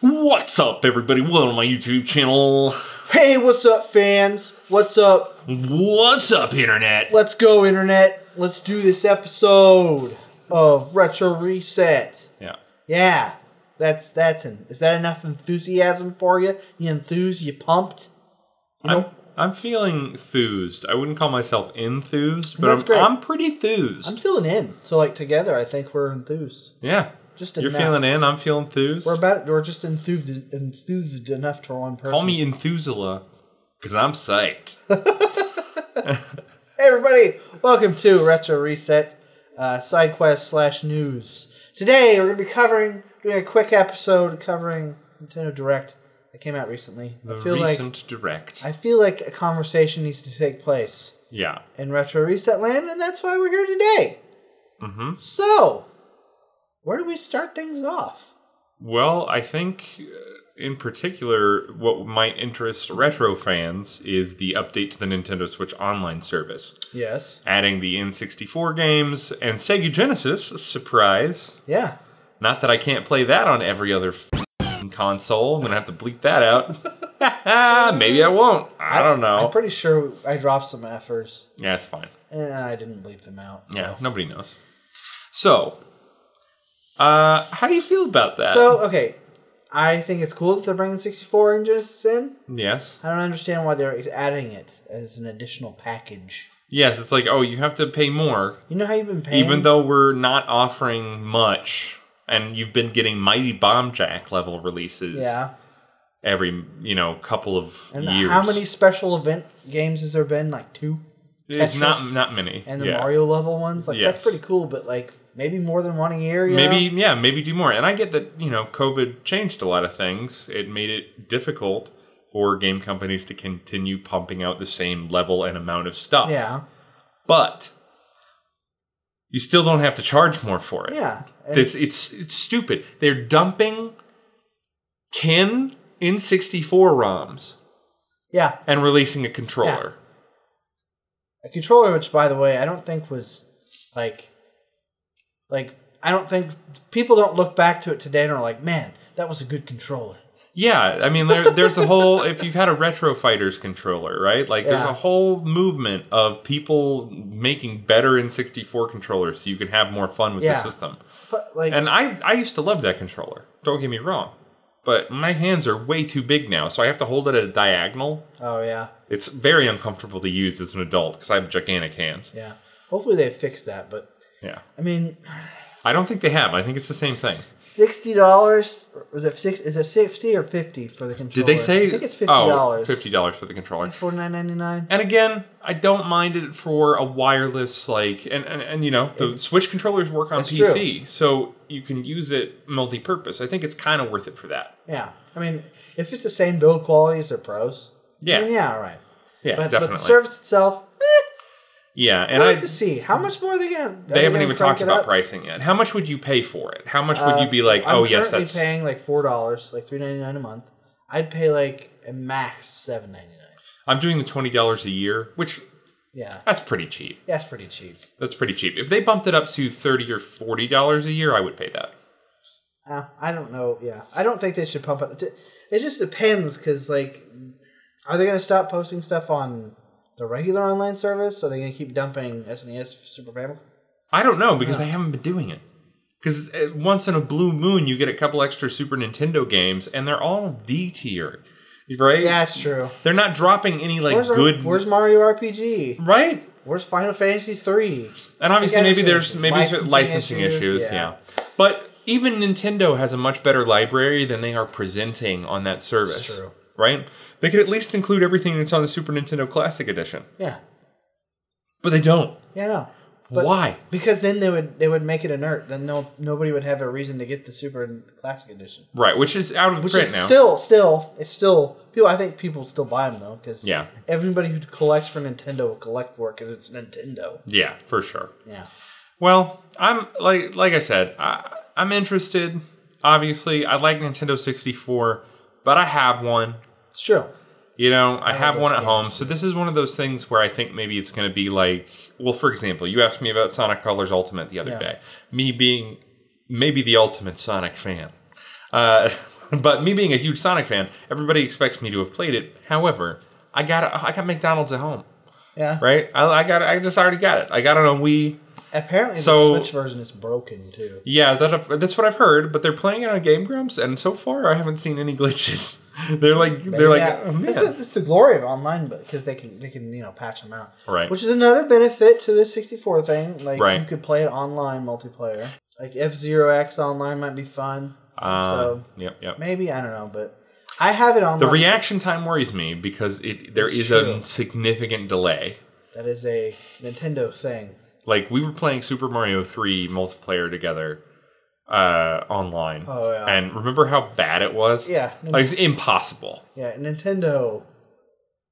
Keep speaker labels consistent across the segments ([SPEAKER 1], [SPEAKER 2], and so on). [SPEAKER 1] What's up, everybody? Welcome to my YouTube channel.
[SPEAKER 2] Hey, what's up, fans? What's up?
[SPEAKER 1] What's up, Internet?
[SPEAKER 2] Let's go, internet. Let's do this episode of Retro Reset.
[SPEAKER 1] Yeah.
[SPEAKER 2] Yeah, that's that's an, is that enough enthusiasm for you? You enthused? You pumped? You
[SPEAKER 1] I'm,
[SPEAKER 2] know,
[SPEAKER 1] I'm feeling enthused. I wouldn't call myself enthused, but
[SPEAKER 2] That's
[SPEAKER 1] I'm,
[SPEAKER 2] great.
[SPEAKER 1] I'm pretty enthused.
[SPEAKER 2] I'm feeling in. So like together, I think we're enthused.
[SPEAKER 1] yeah.
[SPEAKER 2] Just
[SPEAKER 1] You're
[SPEAKER 2] enough.
[SPEAKER 1] feeling in, I'm feeling enthused.
[SPEAKER 2] We're about we're just enthused enthused enough for one person.
[SPEAKER 1] Call me Enthusula, because I'm psyched.
[SPEAKER 2] Hey everybody, welcome to Retro Reset uh, side quest slash news. Today we're gonna be covering doing a quick episode covering Nintendo Direct that came out recently.
[SPEAKER 1] The
[SPEAKER 2] I feel
[SPEAKER 1] recent
[SPEAKER 2] like
[SPEAKER 1] direct.
[SPEAKER 2] I feel like a conversation needs to take place
[SPEAKER 1] yeah.
[SPEAKER 2] in Retro Reset land, and that's why we're here today. Mm-hmm. So, where do we start things off?
[SPEAKER 1] Well, I think uh, in particular, what might interest retro fans is the update to the Nintendo Switch Online service,
[SPEAKER 2] Yes.
[SPEAKER 1] adding the N64 games and Sega Genesis. Surprise!
[SPEAKER 2] Yeah.
[SPEAKER 1] Not that I can't play that on every other f***ing console. I'm gonna have to bleep that out. Maybe I won't. I don't know.
[SPEAKER 2] I'm pretty sure I dropped some effers,
[SPEAKER 1] yeah, it's fine.
[SPEAKER 2] and I didn't bleep them out.
[SPEAKER 1] Yeah, nobody knows. So, uh, how do you feel about that?
[SPEAKER 2] So okay, I think it's cool that they're bringing 64 and Genesis in.
[SPEAKER 1] yes.
[SPEAKER 2] I don't understand why they're adding it as an additional package.
[SPEAKER 1] Yes, it's like, oh, you have to pay more
[SPEAKER 2] You know how you've been paying.
[SPEAKER 1] even though we're not offering much and you've been getting mighty bomb jack level releases
[SPEAKER 2] yeah,
[SPEAKER 1] every you know couple of
[SPEAKER 2] and
[SPEAKER 1] years
[SPEAKER 2] how many special event games has there been? Like two.
[SPEAKER 1] it's not
[SPEAKER 2] Tetris
[SPEAKER 1] not many
[SPEAKER 2] And the
[SPEAKER 1] yeah.
[SPEAKER 2] Mario level ones, like
[SPEAKER 1] Yes.
[SPEAKER 2] that's pretty cool. But like maybe more than one a year. You
[SPEAKER 1] maybe
[SPEAKER 2] know?
[SPEAKER 1] yeah maybe do more and i get that you know covid changed a lot of things it made it difficult for game companies to continue pumping out the same level and amount of stuff
[SPEAKER 2] Yeah.
[SPEAKER 1] but you still don't have to charge more for it
[SPEAKER 2] Yeah. And
[SPEAKER 1] It's it's it's stupid. They're dumping ten in sixty four ROMs
[SPEAKER 2] yeah.
[SPEAKER 1] and releasing a controller.
[SPEAKER 2] A controller, which by the way, I don't think was like, like I don't think people don't look back to it today and are like, man, that was a good controller.
[SPEAKER 1] Yeah, I mean there, there's a whole if you've had a retro fighters controller, right? Like there's
[SPEAKER 2] Yeah.
[SPEAKER 1] a whole movement of people making better in sixty four controllers so you can have more fun with
[SPEAKER 2] Yeah.
[SPEAKER 1] the system.
[SPEAKER 2] But like,
[SPEAKER 1] And I I used to love that controller. Don't get me wrong. But my hands are way too big now, so I have to hold it at a diagonal.
[SPEAKER 2] oh yeah,
[SPEAKER 1] It's very uncomfortable to use as an adult because I have gigantic hands.
[SPEAKER 2] yeah. Hopefully they fix that. But
[SPEAKER 1] Yeah.
[SPEAKER 2] I mean,
[SPEAKER 1] I don't think they have. I think it's the same thing.
[SPEAKER 2] sixty dollars. Was it six? Is it sixty or fifty for the controller?
[SPEAKER 1] Did they say?
[SPEAKER 2] I think it's fifty dollars.
[SPEAKER 1] Oh, fifty dollars for the controller.
[SPEAKER 2] It's forty nine ninety nine.
[SPEAKER 1] And again, I don't mind it for a wireless like, and and, and you know the Switch controllers work on
[SPEAKER 2] That's
[SPEAKER 1] PC, so you can use it multi-purpose. I think it's kind of worth it for that.
[SPEAKER 2] Yeah, I mean, if it's the same build quality as their pros,
[SPEAKER 1] Yeah,
[SPEAKER 2] then
[SPEAKER 1] yeah,
[SPEAKER 2] yeah, all right. But, but
[SPEAKER 1] definitely.
[SPEAKER 2] the service itself, eh,
[SPEAKER 1] yeah, and
[SPEAKER 2] I'd
[SPEAKER 1] I
[SPEAKER 2] like to see how much more are they gonna.
[SPEAKER 1] they haven't even talked about pricing yet. How much would you pay for it? How much would you be like,
[SPEAKER 2] Uh, I'm
[SPEAKER 1] oh yes,
[SPEAKER 2] currently
[SPEAKER 1] that's
[SPEAKER 2] paying like four dollars, like three ninety nine a month. I'd pay like a max seven ninety nine.
[SPEAKER 1] I'm doing the twenty dollars a year, which
[SPEAKER 2] Yeah,
[SPEAKER 1] that's pretty cheap.
[SPEAKER 2] that's pretty cheap.
[SPEAKER 1] That's pretty cheap. If they bumped it up to thirty or forty dollars a year, I would pay that.
[SPEAKER 2] Uh, I don't know. Yeah, I don't think they should pump it. It just depends because, like, are they going to stop posting stuff on the regular online service? Are they going to keep dumping SNES Super Famicom?
[SPEAKER 1] I don't know because they haven't been doing it. Because once in a blue moon, you get a couple extra Super Nintendo games, and they're all D tier, right?
[SPEAKER 2] Yeah, it's true.
[SPEAKER 1] They're not dropping any like
[SPEAKER 2] Where's, our-
[SPEAKER 1] good,
[SPEAKER 2] where's Mario RPG?
[SPEAKER 1] right?
[SPEAKER 2] Where's Final Fantasy Three?
[SPEAKER 1] And obviously,
[SPEAKER 2] gotta
[SPEAKER 1] maybe
[SPEAKER 2] say
[SPEAKER 1] there's maybe licensing,
[SPEAKER 2] licensing
[SPEAKER 1] licensing issues,
[SPEAKER 2] issues,
[SPEAKER 1] yeah.
[SPEAKER 2] yeah.
[SPEAKER 1] But even Nintendo has a much better library than they are presenting on that service,
[SPEAKER 2] true.
[SPEAKER 1] right? They could at least include everything that's on the Super Nintendo Classic Edition,
[SPEAKER 2] Yeah,
[SPEAKER 1] but they don't.
[SPEAKER 2] yeah, no. But-
[SPEAKER 1] Why?
[SPEAKER 2] Because then they would they would make it inert. Then no nobody would have a reason to get the Super Classic Edition.
[SPEAKER 1] Right, which is out of
[SPEAKER 2] Which
[SPEAKER 1] print
[SPEAKER 2] is
[SPEAKER 1] now.
[SPEAKER 2] still, still, it's still people. I think people still buy them though, because
[SPEAKER 1] Yeah.
[SPEAKER 2] everybody who collects for Nintendo will collect for it because it's Nintendo.
[SPEAKER 1] yeah, for sure.
[SPEAKER 2] Yeah,
[SPEAKER 1] Well, I'm like like I said, I, I'm interested. Obviously, I like Nintendo 64, but I have one.
[SPEAKER 2] it's true.
[SPEAKER 1] You know, I have
[SPEAKER 2] those
[SPEAKER 1] one at
[SPEAKER 2] games.
[SPEAKER 1] home. So this is one of those things where I think maybe it's going to be like, well, for example, you asked me about Sonic Colors Ultimate the other
[SPEAKER 2] Yeah.
[SPEAKER 1] day. Me being maybe the ultimate Sonic fan. Uh, but me being a huge Sonic fan, everybody expects me to have played it. However, I got I got McDonald's at home,
[SPEAKER 2] Yeah.
[SPEAKER 1] right? I, I got I just already got it. I got it on Wii.
[SPEAKER 2] Apparently,
[SPEAKER 1] So-
[SPEAKER 2] the Switch version is broken too.
[SPEAKER 1] Yeah, that that's what I've heard. But they're playing it on Game Grumps, and so far I haven't seen any glitches. they're like they're like
[SPEAKER 2] yeah,
[SPEAKER 1] oh, man.
[SPEAKER 2] that's, the, that's the glory of online, but because they can they can you know patch them out,
[SPEAKER 1] Right.
[SPEAKER 2] Which is another benefit to the sixty four thing. Like
[SPEAKER 1] Right.
[SPEAKER 2] you could play it online multiplayer. Like F Zero X online might be fun.
[SPEAKER 1] Uh,
[SPEAKER 2] so
[SPEAKER 1] yep, yep.
[SPEAKER 2] maybe I don't know, but I have it online.
[SPEAKER 1] The reaction time worries me because it there
[SPEAKER 2] It's
[SPEAKER 1] is
[SPEAKER 2] true.
[SPEAKER 1] a significant delay.
[SPEAKER 2] that is a Nintendo thing.
[SPEAKER 1] Like we were playing Super Mario Three multiplayer together uh, online,
[SPEAKER 2] Oh, yeah.
[SPEAKER 1] and remember how bad it was?
[SPEAKER 2] Yeah,
[SPEAKER 1] like it's impossible.
[SPEAKER 2] Yeah, Nintendo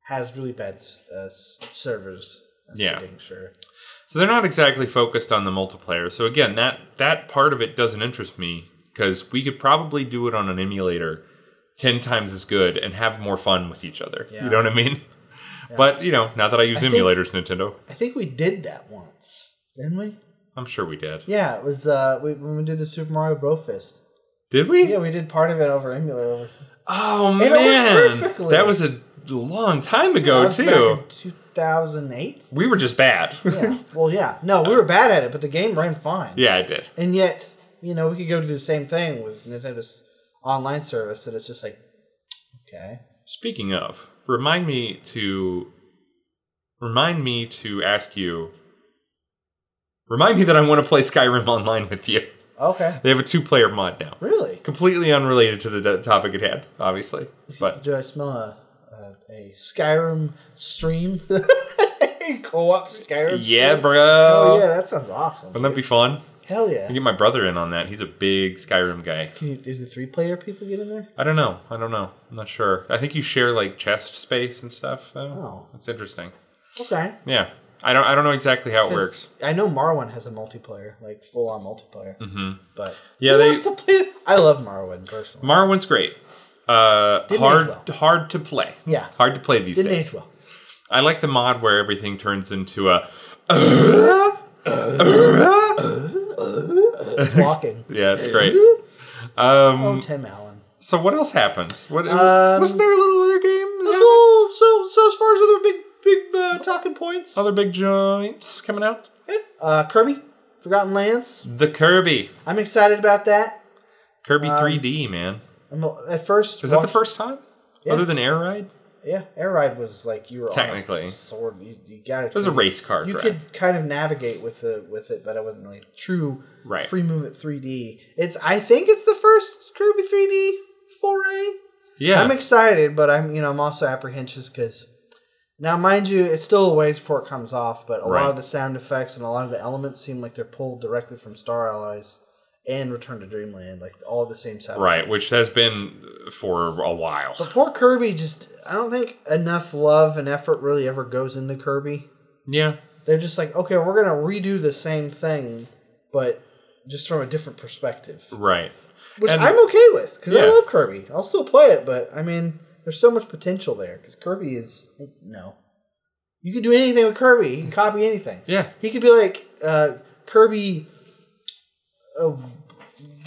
[SPEAKER 2] has really bad s- uh, s- servers. That's
[SPEAKER 1] Yeah.
[SPEAKER 2] for dang sure.
[SPEAKER 1] So they're not exactly focused on the multiplayer. So again, that that part of it doesn't interest me because we could probably do it on an emulator ten times as good and have more fun with each other.
[SPEAKER 2] Yeah.
[SPEAKER 1] You know what I mean? But you know, now that I use
[SPEAKER 2] I think-
[SPEAKER 1] emulators, Nintendo,
[SPEAKER 2] I think we did that once, didn't we?
[SPEAKER 1] I'm sure we did.
[SPEAKER 2] Yeah, it was uh, we, when we did the Super Mario Bro Fist.
[SPEAKER 1] Did we?
[SPEAKER 2] Yeah, we did part of it over emulator. Over
[SPEAKER 1] Oh
[SPEAKER 2] It worked
[SPEAKER 1] man,
[SPEAKER 2] perfectly.
[SPEAKER 1] that was a long time ago Oh, too.
[SPEAKER 2] Two thousand eight.
[SPEAKER 1] We were just bad.
[SPEAKER 2] Yeah. well, yeah. No, we were bad at it, but the game ran fine.
[SPEAKER 1] yeah, I did.
[SPEAKER 2] And yet, you know, we could go do the same thing with Nintendo's online service, and it's just like, okay,
[SPEAKER 1] Speaking of, remind me to remind me to ask you. Remind me that I want to play Skyrim online with you.
[SPEAKER 2] okay,
[SPEAKER 1] They have a two-player mod now,
[SPEAKER 2] really.
[SPEAKER 1] completely unrelated to the d- topic at hand, obviously. But
[SPEAKER 2] Do I smell a a, a Skyrim stream? Co-op Skyrim.
[SPEAKER 1] yeah,
[SPEAKER 2] stream?
[SPEAKER 1] bro,
[SPEAKER 2] Oh yeah, that sounds awesome.
[SPEAKER 1] wouldn't that be fun?
[SPEAKER 2] Hell
[SPEAKER 1] I
[SPEAKER 2] yeah!
[SPEAKER 1] get my brother in on that. He's a big Skyrim guy.
[SPEAKER 2] Can you, is the three-player people get in there?
[SPEAKER 1] I don't know. I don't know. I'm not sure. I think you share like chest space and stuff. Though.
[SPEAKER 2] Oh.
[SPEAKER 1] that's interesting.
[SPEAKER 2] Okay.
[SPEAKER 1] Yeah, I don't. I don't know exactly how it
[SPEAKER 2] 'Cause
[SPEAKER 1] works.
[SPEAKER 2] I know Marwin has a multiplayer, like full on multiplayer. Mm-hmm. But
[SPEAKER 1] Yeah,
[SPEAKER 2] Who
[SPEAKER 1] they-
[SPEAKER 2] wants to play- I love Marwin personally.
[SPEAKER 1] Marwin's great. Uh,
[SPEAKER 2] Didn't
[SPEAKER 1] hard,
[SPEAKER 2] age well.
[SPEAKER 1] hard to play.
[SPEAKER 2] Yeah.
[SPEAKER 1] hard to play these
[SPEAKER 2] Didn't
[SPEAKER 1] days.
[SPEAKER 2] age well.
[SPEAKER 1] I like the mod where everything turns into a
[SPEAKER 2] It's walking.
[SPEAKER 1] yeah. It's great. Um,
[SPEAKER 2] oh, Tim Allen.
[SPEAKER 1] so what else happened? What
[SPEAKER 2] Um,
[SPEAKER 1] was there a little other game? that happened?
[SPEAKER 2] So, so, so as far as other big, big uh, talking points,
[SPEAKER 1] Other big joints coming out?
[SPEAKER 2] uh, Kirby, Forgotten Lands.
[SPEAKER 1] The Kirby,
[SPEAKER 2] I'm excited about that.
[SPEAKER 1] Kirby
[SPEAKER 2] Um,
[SPEAKER 1] 3D, man.
[SPEAKER 2] I'm, at first,
[SPEAKER 1] Is that the
[SPEAKER 2] walk-
[SPEAKER 1] first time? Other than Air Ride,
[SPEAKER 2] Yeah, air ride was like you were on
[SPEAKER 1] Technically.
[SPEAKER 2] a sword. You, you got it.
[SPEAKER 1] it was a race car
[SPEAKER 2] You
[SPEAKER 1] track.
[SPEAKER 2] could kind of navigate with the with it, but it wasn't really true
[SPEAKER 1] Right.
[SPEAKER 2] free movement 3D. It's I think it's the first Kirby 3D foray.
[SPEAKER 1] yeah,
[SPEAKER 2] I'm excited, but I'm you know I'm also apprehensive because now mind you, it's still a ways before it comes off. But a
[SPEAKER 1] Right.
[SPEAKER 2] lot of the sound effects and a lot of the elements seem like they're pulled directly from Star Allies and Return to Dreamland, like all the same sound.
[SPEAKER 1] right,
[SPEAKER 2] effects.
[SPEAKER 1] which has been for a while.
[SPEAKER 2] But poor Kirby, just I don't think enough love and effort really ever goes into Kirby.
[SPEAKER 1] Yeah,
[SPEAKER 2] They're just like, okay, we're gonna redo the same thing, but just from a different perspective,
[SPEAKER 1] right.
[SPEAKER 2] which
[SPEAKER 1] And-
[SPEAKER 2] I'm okay with because I
[SPEAKER 1] Yeah.
[SPEAKER 2] love Kirby. I'll still play it, but I mean, there's so much potential there because Kirby is no, you can do anything with Kirby. He can copy anything.
[SPEAKER 1] Yeah.
[SPEAKER 2] he could be like uh, Kirby, a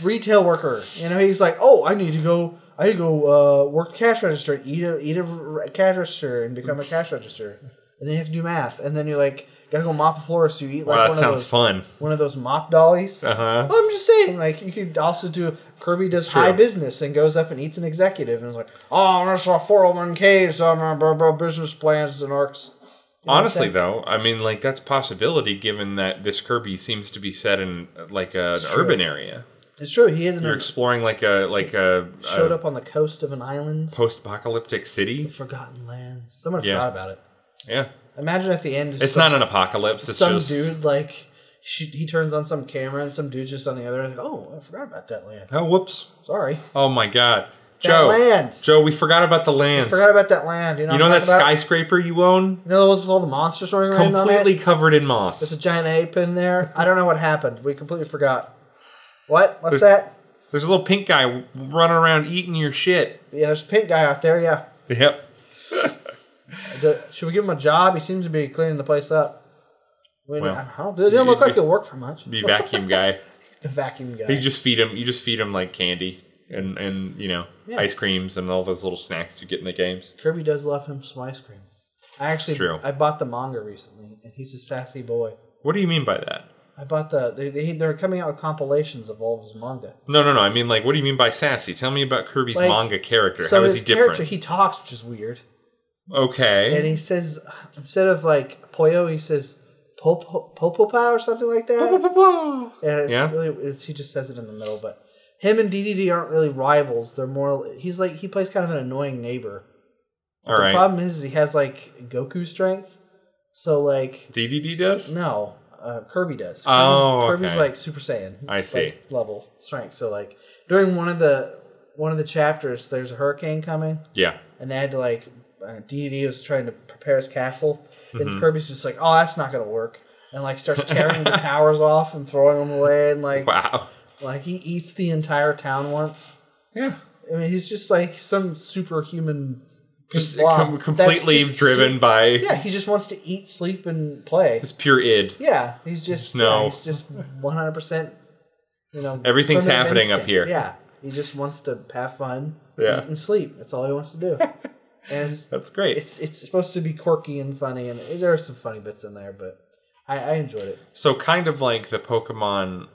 [SPEAKER 2] retail worker. You know, he's like, oh, I need to go. I need to go uh, work the cash register, eat a eat a r- cash register, and become a cash register. And then you have to do math, and then you're like, gotta go mop the floor, so you eat like
[SPEAKER 1] Wow,
[SPEAKER 2] one
[SPEAKER 1] that
[SPEAKER 2] of
[SPEAKER 1] sounds
[SPEAKER 2] those
[SPEAKER 1] fun.
[SPEAKER 2] one of those mop dollies.
[SPEAKER 1] Uh huh.
[SPEAKER 2] Well, I'm just saying, like you could also do Kirby does
[SPEAKER 1] true.
[SPEAKER 2] high business and goes up and eats an executive and is like, oh, that's our 401k, so I'm blah, blah, business plans and arcs.
[SPEAKER 1] Honestly, though, I mean, like that's a possibility given that this Kirby seems to be set in like a, an urban area.
[SPEAKER 2] It's true. He isn't
[SPEAKER 1] You're exploring like a like a,
[SPEAKER 2] showed up on the coast of an island,
[SPEAKER 1] post-apocalyptic city.
[SPEAKER 2] forgotten lands. Someone
[SPEAKER 1] Yeah.
[SPEAKER 2] forgot about it.
[SPEAKER 1] Yeah,
[SPEAKER 2] Imagine at the end,
[SPEAKER 1] it's not an apocalypse. It's
[SPEAKER 2] some
[SPEAKER 1] just
[SPEAKER 2] dude like she, he turns on some camera and some dude just on the other end. Like, oh, I forgot about that land.
[SPEAKER 1] oh whoops!
[SPEAKER 2] Sorry,
[SPEAKER 1] Oh my god,
[SPEAKER 2] That
[SPEAKER 1] Joe,
[SPEAKER 2] land.
[SPEAKER 1] Joe, we forgot about the land.
[SPEAKER 2] forgot about that land. You know,
[SPEAKER 1] you
[SPEAKER 2] what
[SPEAKER 1] know
[SPEAKER 2] I'm
[SPEAKER 1] that
[SPEAKER 2] talking about?
[SPEAKER 1] skyscraper you own?
[SPEAKER 2] You know the ones with all the monsters running around. on it?
[SPEAKER 1] Completely covered in
[SPEAKER 2] There's
[SPEAKER 1] moss.
[SPEAKER 2] a giant ape in there. I don't know what happened. We completely forgot. What? What's that?
[SPEAKER 1] There's a little pink guy w- running around eating your shit.
[SPEAKER 2] Yeah, there's a pink guy out there. Yeah.
[SPEAKER 1] Yep.
[SPEAKER 2] Do- should we give him a job? He seems to be cleaning the place up. We
[SPEAKER 1] Well,
[SPEAKER 2] I don't, it doesn't look
[SPEAKER 1] you-
[SPEAKER 2] like he'll work for much.
[SPEAKER 1] The vacuum guy.
[SPEAKER 2] The vacuum guy.
[SPEAKER 1] You just feed him. You just feed him like candy. and and you know
[SPEAKER 2] Yeah.
[SPEAKER 1] ice creams and all those little snacks you get in the games.
[SPEAKER 2] Kirby does love him some ice cream. I actually,
[SPEAKER 1] true.
[SPEAKER 2] I bought the manga recently, and he's a sassy boy.
[SPEAKER 1] What do you mean by that?
[SPEAKER 2] I bought the they, they they're coming out with compilations of all of his manga.
[SPEAKER 1] No, no, no. I mean, like, what do you mean by sassy? Tell me about Kirby's
[SPEAKER 2] Like,
[SPEAKER 1] manga character.
[SPEAKER 2] So
[SPEAKER 1] How is
[SPEAKER 2] his
[SPEAKER 1] he different?
[SPEAKER 2] character, he talks, which is weird, and
[SPEAKER 1] okay.
[SPEAKER 2] he says instead of like Poyo, he says Popo Popopa or something like that. And it's
[SPEAKER 1] Yeah.
[SPEAKER 2] really it's, he just says it in the middle, but him and DDD aren't really rivals. They're more he's like he plays kind of an annoying neighbor.
[SPEAKER 1] All
[SPEAKER 2] the
[SPEAKER 1] right.
[SPEAKER 2] problem is, is he has like Goku strength, so like
[SPEAKER 1] DDD does.
[SPEAKER 2] No, uh, Kirby does. Kirby's,
[SPEAKER 1] Oh,
[SPEAKER 2] Kirby's
[SPEAKER 1] okay.
[SPEAKER 2] like Super Saiyan.
[SPEAKER 1] I see.
[SPEAKER 2] like, level strength. So like during one of the one of the chapters, there's a hurricane coming,
[SPEAKER 1] Yeah.
[SPEAKER 2] and they had to like uh, DD was trying to prepare his castle,
[SPEAKER 1] Mm-hmm.
[SPEAKER 2] and Kirby's just like, oh, that's not gonna work, and like starts tearing the towers off and throwing them away, and like
[SPEAKER 1] Wow.
[SPEAKER 2] like he eats the entire town once.
[SPEAKER 1] Yeah.
[SPEAKER 2] I mean, he's just like some superhuman.
[SPEAKER 1] Just
[SPEAKER 2] blob.
[SPEAKER 1] com-
[SPEAKER 2] That's
[SPEAKER 1] completely
[SPEAKER 2] just-
[SPEAKER 1] driven by
[SPEAKER 2] Yeah, he just wants to eat, sleep, and play.
[SPEAKER 1] his pure id.
[SPEAKER 2] Yeah, he's just
[SPEAKER 1] No.
[SPEAKER 2] yeah, he's just one hundred percent. You know,
[SPEAKER 1] Everything's
[SPEAKER 2] primitive
[SPEAKER 1] happening up here.
[SPEAKER 2] Yeah, he just wants to have fun,
[SPEAKER 1] Yeah.
[SPEAKER 2] eat and sleep. That's all he wants to do. and it's,
[SPEAKER 1] That's great.
[SPEAKER 2] it's it's supposed to be quirky and funny, and there are some funny bits in there, but I, I enjoyed it.
[SPEAKER 1] so kind of like the Pokemon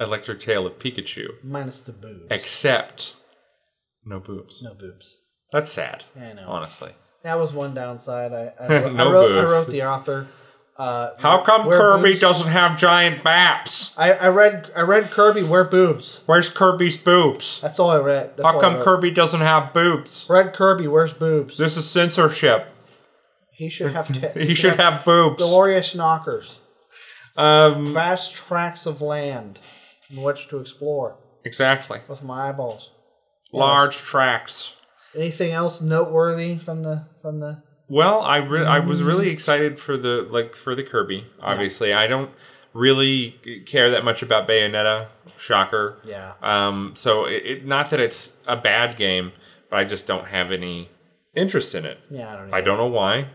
[SPEAKER 1] Electric Tail of Pikachu,
[SPEAKER 2] Minus the boobs,
[SPEAKER 1] except no boobs.
[SPEAKER 2] no boobs.
[SPEAKER 1] That's sad.
[SPEAKER 2] I know.
[SPEAKER 1] Honestly.
[SPEAKER 2] That was one downside. I, I, wrote, I,
[SPEAKER 1] No
[SPEAKER 2] wrote, I
[SPEAKER 1] boobs.
[SPEAKER 2] wrote the author. Uh,
[SPEAKER 1] How come
[SPEAKER 2] wear
[SPEAKER 1] Kirby
[SPEAKER 2] boobs.
[SPEAKER 1] doesn't have giant maps?
[SPEAKER 2] I, I read I read Kirby wear boobs.
[SPEAKER 1] Where's Kirby's boobs?
[SPEAKER 2] That's all I read. That's all
[SPEAKER 1] How
[SPEAKER 2] I
[SPEAKER 1] come
[SPEAKER 2] wrote.
[SPEAKER 1] Kirby doesn't have boobs?
[SPEAKER 2] Read Kirby wears boobs.
[SPEAKER 1] This is censorship.
[SPEAKER 2] He should have. T-
[SPEAKER 1] He should have boobs.
[SPEAKER 2] glorious knockers,
[SPEAKER 1] Um,
[SPEAKER 2] vast tracts of land in which to explore
[SPEAKER 1] exactly.
[SPEAKER 2] with my eyeballs.
[SPEAKER 1] Large tracts.
[SPEAKER 2] Anything else noteworthy from the from the?
[SPEAKER 1] Well, I re- I
[SPEAKER 2] Mm-hmm.
[SPEAKER 1] was really excited for the like for the Kirby. Obviously, I don't really care that much about Bayonetta. Shocker.
[SPEAKER 2] Yeah.
[SPEAKER 1] Um. So it, it not that it's a bad game, but I just don't have any interest in it.
[SPEAKER 2] Yeah, I don't. Know.
[SPEAKER 1] I don't know why.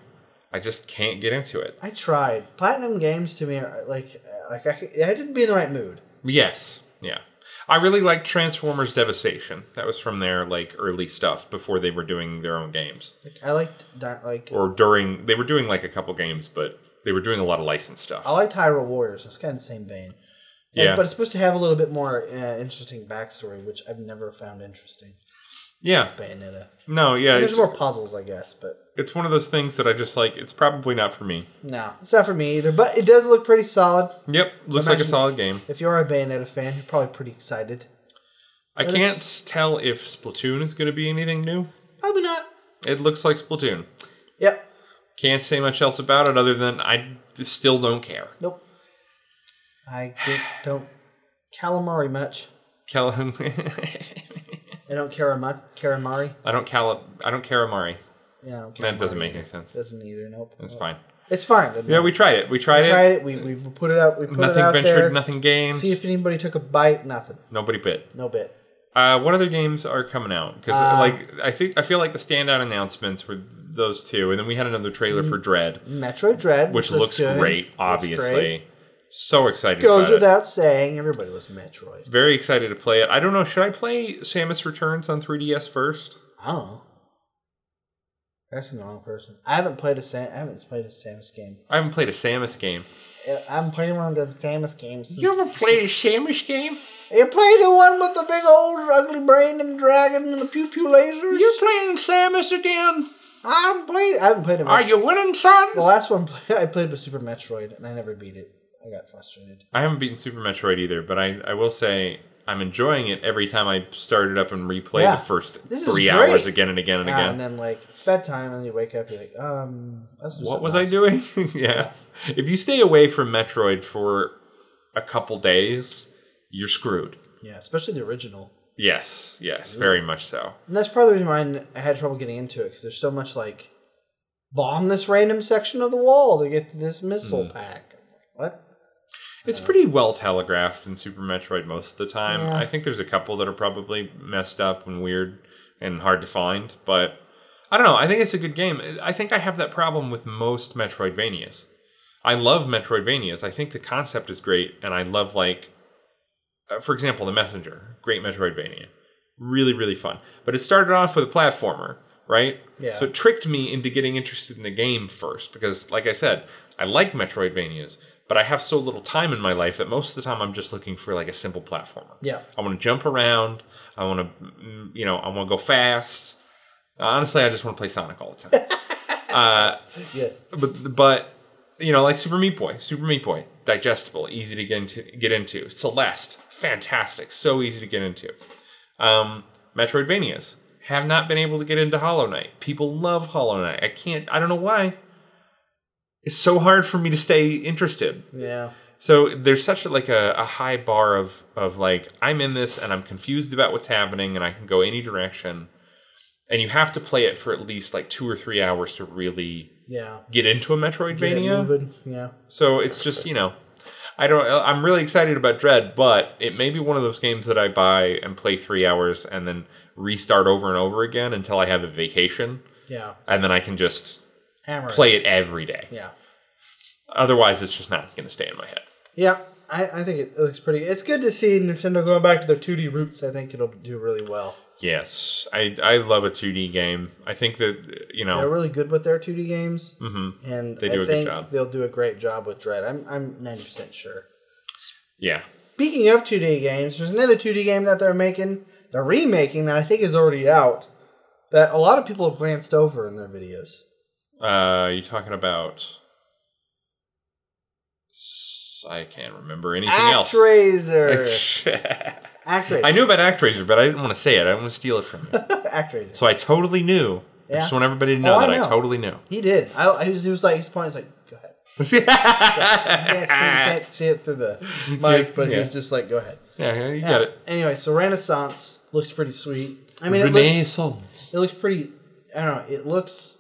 [SPEAKER 1] I just can't get into it.
[SPEAKER 2] I tried platinum games to me are like like I, could- I had to be in the right mood.
[SPEAKER 1] Yes. Yeah. I really like Transformers Devastation. That was from their like early stuff before they were doing their own games.
[SPEAKER 2] Like I liked di- like
[SPEAKER 1] Or during they were doing like a couple games, but they were doing a lot of licensed stuff.
[SPEAKER 2] I liked Hyrule Warriors. It's kind of the same vein. Like,
[SPEAKER 1] yeah.
[SPEAKER 2] but it's supposed to have a little bit more uh, interesting backstory, which I've never found interesting.
[SPEAKER 1] yeah.
[SPEAKER 2] Bayonetta.
[SPEAKER 1] No, yeah.
[SPEAKER 2] uh, There's
[SPEAKER 1] It's,
[SPEAKER 2] more puzzles, I guess, but
[SPEAKER 1] it's one of those things that I just like it's probably not for me.
[SPEAKER 2] no, it's not for me either. But it does look pretty solid.
[SPEAKER 1] Yep. Looks like
[SPEAKER 2] Imagine-
[SPEAKER 1] a solid game.
[SPEAKER 2] If you're a Bayonetta fan, you're probably pretty excited.
[SPEAKER 1] I
[SPEAKER 2] But
[SPEAKER 1] can't tell if Splatoon is gonna be anything new.
[SPEAKER 2] Probably not.
[SPEAKER 1] It looks like Splatoon.
[SPEAKER 2] Yep.
[SPEAKER 1] Can't say much else about it other than I still don't care.
[SPEAKER 2] Nope. I get, don't calamari much.
[SPEAKER 1] Cal-
[SPEAKER 2] I don't care much. Calamari.
[SPEAKER 1] I don't cali- I don't care Amari.
[SPEAKER 2] Yeah, I don't care.
[SPEAKER 1] That doesn't make any sense.
[SPEAKER 2] Doesn't either. Nope.
[SPEAKER 1] It's fine.
[SPEAKER 2] It's fine. doesn't
[SPEAKER 1] Yeah,
[SPEAKER 2] it?
[SPEAKER 1] we tried it. We tried,
[SPEAKER 2] We
[SPEAKER 1] it.
[SPEAKER 2] tried it. We, we put it out. We put it
[SPEAKER 1] Nothing
[SPEAKER 2] out
[SPEAKER 1] ventured,
[SPEAKER 2] there.
[SPEAKER 1] nothing gained.
[SPEAKER 2] See if anybody took a bite. Nothing.
[SPEAKER 1] Nobody bit.
[SPEAKER 2] No bit.
[SPEAKER 1] Uh, what other games are coming out? Because
[SPEAKER 2] Uh,
[SPEAKER 1] like I think I feel like the standout announcements were those two, and then we had another trailer for Dread,
[SPEAKER 2] Metro Dread,
[SPEAKER 1] which looks
[SPEAKER 2] good.
[SPEAKER 1] great.
[SPEAKER 2] Mm-hmm. Looks
[SPEAKER 1] Obviously,
[SPEAKER 2] great.
[SPEAKER 1] so excited.
[SPEAKER 2] Goes
[SPEAKER 1] about it.
[SPEAKER 2] without saying. Everybody loves Metroid.
[SPEAKER 1] Very excited to play it. I don't know. Should I play Samus Returns on 3DS first?
[SPEAKER 2] I don't know. That's the wrong person. I haven't played a Sam. I haven't played a Samus game.
[SPEAKER 1] I haven't played a Samus game.
[SPEAKER 2] I'm playing one of the Samus games. Since...
[SPEAKER 1] played a Samus game?
[SPEAKER 2] You play the one with the big old ugly brain and dragon and the pew pew lasers?
[SPEAKER 1] playing Samus again?
[SPEAKER 2] I haven't played. I haven't played a Metroid.
[SPEAKER 1] winning, son?
[SPEAKER 2] the last one play- I played was Super Metroid, and I never beat it. I got frustrated.
[SPEAKER 1] I haven't beaten Super Metroid either, but I, I will say I'm enjoying it every time I start it up and replay
[SPEAKER 2] Yeah.
[SPEAKER 1] the first
[SPEAKER 2] This is
[SPEAKER 1] three
[SPEAKER 2] great.
[SPEAKER 1] hours again and again and
[SPEAKER 2] Ah,
[SPEAKER 1] again.
[SPEAKER 2] and then like it's bedtime, and you wake up, you're like, um, let's do
[SPEAKER 1] what
[SPEAKER 2] something
[SPEAKER 1] was I
[SPEAKER 2] else.
[SPEAKER 1] doing? yeah. If you stay away from Metroid for a couple days, you're screwed.
[SPEAKER 2] Yeah, especially the original.
[SPEAKER 1] Yes, yes, very much so.
[SPEAKER 2] And that's part of the reason why I had trouble getting into it because there's so much like bomb this random section of the wall to get to this missile
[SPEAKER 1] Hmm.
[SPEAKER 2] pack. What?
[SPEAKER 1] It's pretty well telegraphed in Super Metroid most of the time.
[SPEAKER 2] Yeah.
[SPEAKER 1] I think there's a couple that are probably messed up and weird and hard to find, but I don't know. I think it's a good game. I think I have that problem with most Metroidvanias. I love Metroidvanias. I think the concept is great, and I love like, uh, for example, The Messenger, great Metroidvania. Really, really fun. But it started off with a platformer, right?
[SPEAKER 2] Yeah.
[SPEAKER 1] So it tricked me into getting interested in the game first because, like I said, I like Metroidvanias, but I have so little time in my life that most of the time I'm just looking for like a simple platformer.
[SPEAKER 2] Yeah.
[SPEAKER 1] I want to jump around. I want to, you know, I want to go fast. Honestly, I just want to play Sonic all the time.
[SPEAKER 2] Yes.
[SPEAKER 1] but but you know, like Super Meat Boy, Super Meat Boy, digestible, easy to get into. Get into. Celeste, fantastic, so easy to get into. Um, Metroidvanias have not been able to get into Hollow Knight. People love Hollow Knight. I can't. I don't know why. It's so hard for me to stay interested.
[SPEAKER 2] Yeah.
[SPEAKER 1] So there's such a, like a, a high bar of of like I'm in this and I'm confused about what's happening and I can go any direction, and you have to play it for at least like two or three hours to really
[SPEAKER 2] Yeah.
[SPEAKER 1] get into a
[SPEAKER 2] Get it
[SPEAKER 1] Metroidvania.
[SPEAKER 2] moving. Yeah.
[SPEAKER 1] so it's just you know, I don't. I'm really excited about Dread, but it may be one of those games that I buy and play three hours and then restart over and over again until I have a vacation,
[SPEAKER 2] Yeah.
[SPEAKER 1] and then I can just
[SPEAKER 2] Hammer. it.
[SPEAKER 1] play it every day.
[SPEAKER 2] Yeah.
[SPEAKER 1] Otherwise, it's just not going to stay in my head.
[SPEAKER 2] Yeah. I, I think it looks pretty. It's good to see Nintendo going back to their 2D roots. I think it'll do really well.
[SPEAKER 1] Yes, I I love a 2D game. I think that you
[SPEAKER 2] They're
[SPEAKER 1] know,
[SPEAKER 2] really good with their 2D games,
[SPEAKER 1] mhm.
[SPEAKER 2] and
[SPEAKER 1] They
[SPEAKER 2] I
[SPEAKER 1] do a good
[SPEAKER 2] think
[SPEAKER 1] job.
[SPEAKER 2] they'll do a great job with Dread. I'm I'm 90% sure.
[SPEAKER 1] yeah,
[SPEAKER 2] Speaking of 2D games, there's another 2D game that they're making, they're remaking that I think is already out, that a lot of people have glanced over in their videos.
[SPEAKER 1] uh, you talking about? S- I can't remember anything else.
[SPEAKER 2] Actraiser.
[SPEAKER 1] It's- I
[SPEAKER 2] Actraiser.
[SPEAKER 1] knew about Actraiser, but I didn't want to say it. I didn't want to steal it from you.
[SPEAKER 2] Actraiser.
[SPEAKER 1] So I totally knew. I just
[SPEAKER 2] Yeah.
[SPEAKER 1] want everybody to know
[SPEAKER 2] Oh, I
[SPEAKER 1] that I,
[SPEAKER 2] know.
[SPEAKER 1] totally knew.
[SPEAKER 2] He did. I, I was, he was like, his point is like, go ahead. Can't see,
[SPEAKER 1] yeah,
[SPEAKER 2] can't see it through the mic, but he
[SPEAKER 1] Yeah.
[SPEAKER 2] was just like, go ahead.
[SPEAKER 1] yeah, you got it.
[SPEAKER 2] Anyway, so Renaissance looks pretty sweet. I mean, it looks,
[SPEAKER 1] Renaissance.
[SPEAKER 2] it looks pretty. I don't know. It looks.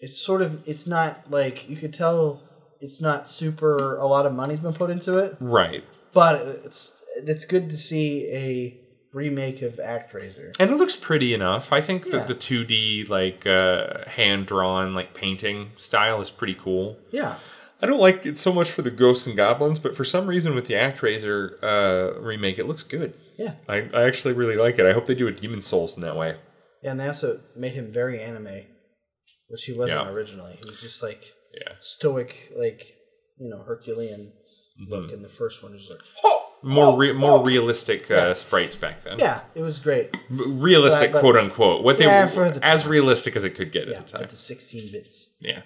[SPEAKER 2] It's sort of. It's not like you could tell. It's not super. A lot of money's been put into it,
[SPEAKER 1] Right.
[SPEAKER 2] but it's it's good to see a remake of Actraiser.
[SPEAKER 1] And it looks pretty enough. I think
[SPEAKER 2] Yeah.
[SPEAKER 1] that the 2D, like, uh, hand drawn, like, painting style is pretty cool.
[SPEAKER 2] Yeah.
[SPEAKER 1] I don't like it so much for the ghosts and goblins, but for some reason with the Actraiser uh, remake, it looks good.
[SPEAKER 2] Yeah.
[SPEAKER 1] I, I actually really like it. I hope they do a Demon Souls in that way.
[SPEAKER 2] Yeah, and they also made him very anime, which he wasn't
[SPEAKER 1] Yeah.
[SPEAKER 2] originally. He was just like
[SPEAKER 1] Yeah.
[SPEAKER 2] stoic, like you know Herculean
[SPEAKER 1] Mm-hmm.
[SPEAKER 2] look in the first one. Is like, Oh,
[SPEAKER 1] More re- more realistic uh, sprites back then.
[SPEAKER 2] yeah, it was great.
[SPEAKER 1] realistic,
[SPEAKER 2] But- but-
[SPEAKER 1] quote unquote. What they
[SPEAKER 2] Yeah, for the
[SPEAKER 1] as realistic as it could get
[SPEAKER 2] Yeah,
[SPEAKER 1] at the time.
[SPEAKER 2] at the sixteen bits.
[SPEAKER 1] Yeah,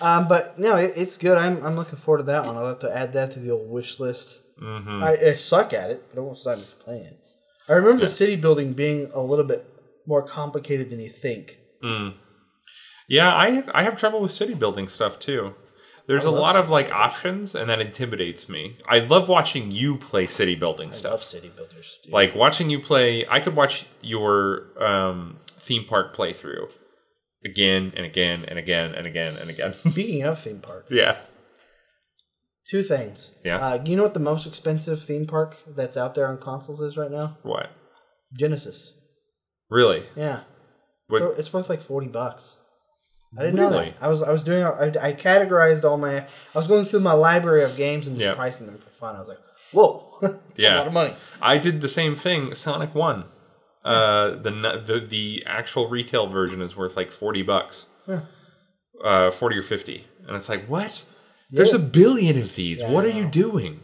[SPEAKER 2] Um, but no, it, it's good. I'm, I'm looking forward to that one. I'll have to add that to the old wish list. Mm-hmm. I, I suck at it, but I won't stop me from playing it. I remember the city building being a little bit more complicated than you think.
[SPEAKER 1] yeah. I have, I have trouble with city building stuff too. There's a
[SPEAKER 2] love
[SPEAKER 1] lot of like options, and that intimidates me. I love watching you play city building
[SPEAKER 2] I
[SPEAKER 1] stuff.
[SPEAKER 2] love city builders. dude.
[SPEAKER 1] Like watching you play. I could watch your um, theme park playthrough again and again and again and again and again.
[SPEAKER 2] Speaking of theme park,
[SPEAKER 1] yeah.
[SPEAKER 2] two things.
[SPEAKER 1] Yeah.
[SPEAKER 2] Uh, you know what the most expensive theme park that's out there on consoles is right now?
[SPEAKER 1] What?
[SPEAKER 2] Genesis.
[SPEAKER 1] Really?
[SPEAKER 2] Yeah.
[SPEAKER 1] What-
[SPEAKER 2] So it's worth like forty bucks. I didn't know
[SPEAKER 1] Really?
[SPEAKER 2] that. I was I was doing I, I categorized all my I was going through my library of games and just
[SPEAKER 1] Yeah.
[SPEAKER 2] pricing them for fun. I was like, whoa, a
[SPEAKER 1] Yeah.
[SPEAKER 2] lot of money.
[SPEAKER 1] I did the same thing. Sonic One. Uh, the nu- the the actual retail version is worth like forty bucks.
[SPEAKER 2] Yeah.
[SPEAKER 1] Uh, forty or fifty, and it's like what? There's a billion of these.
[SPEAKER 2] Yeah,
[SPEAKER 1] what
[SPEAKER 2] I
[SPEAKER 1] are you doing?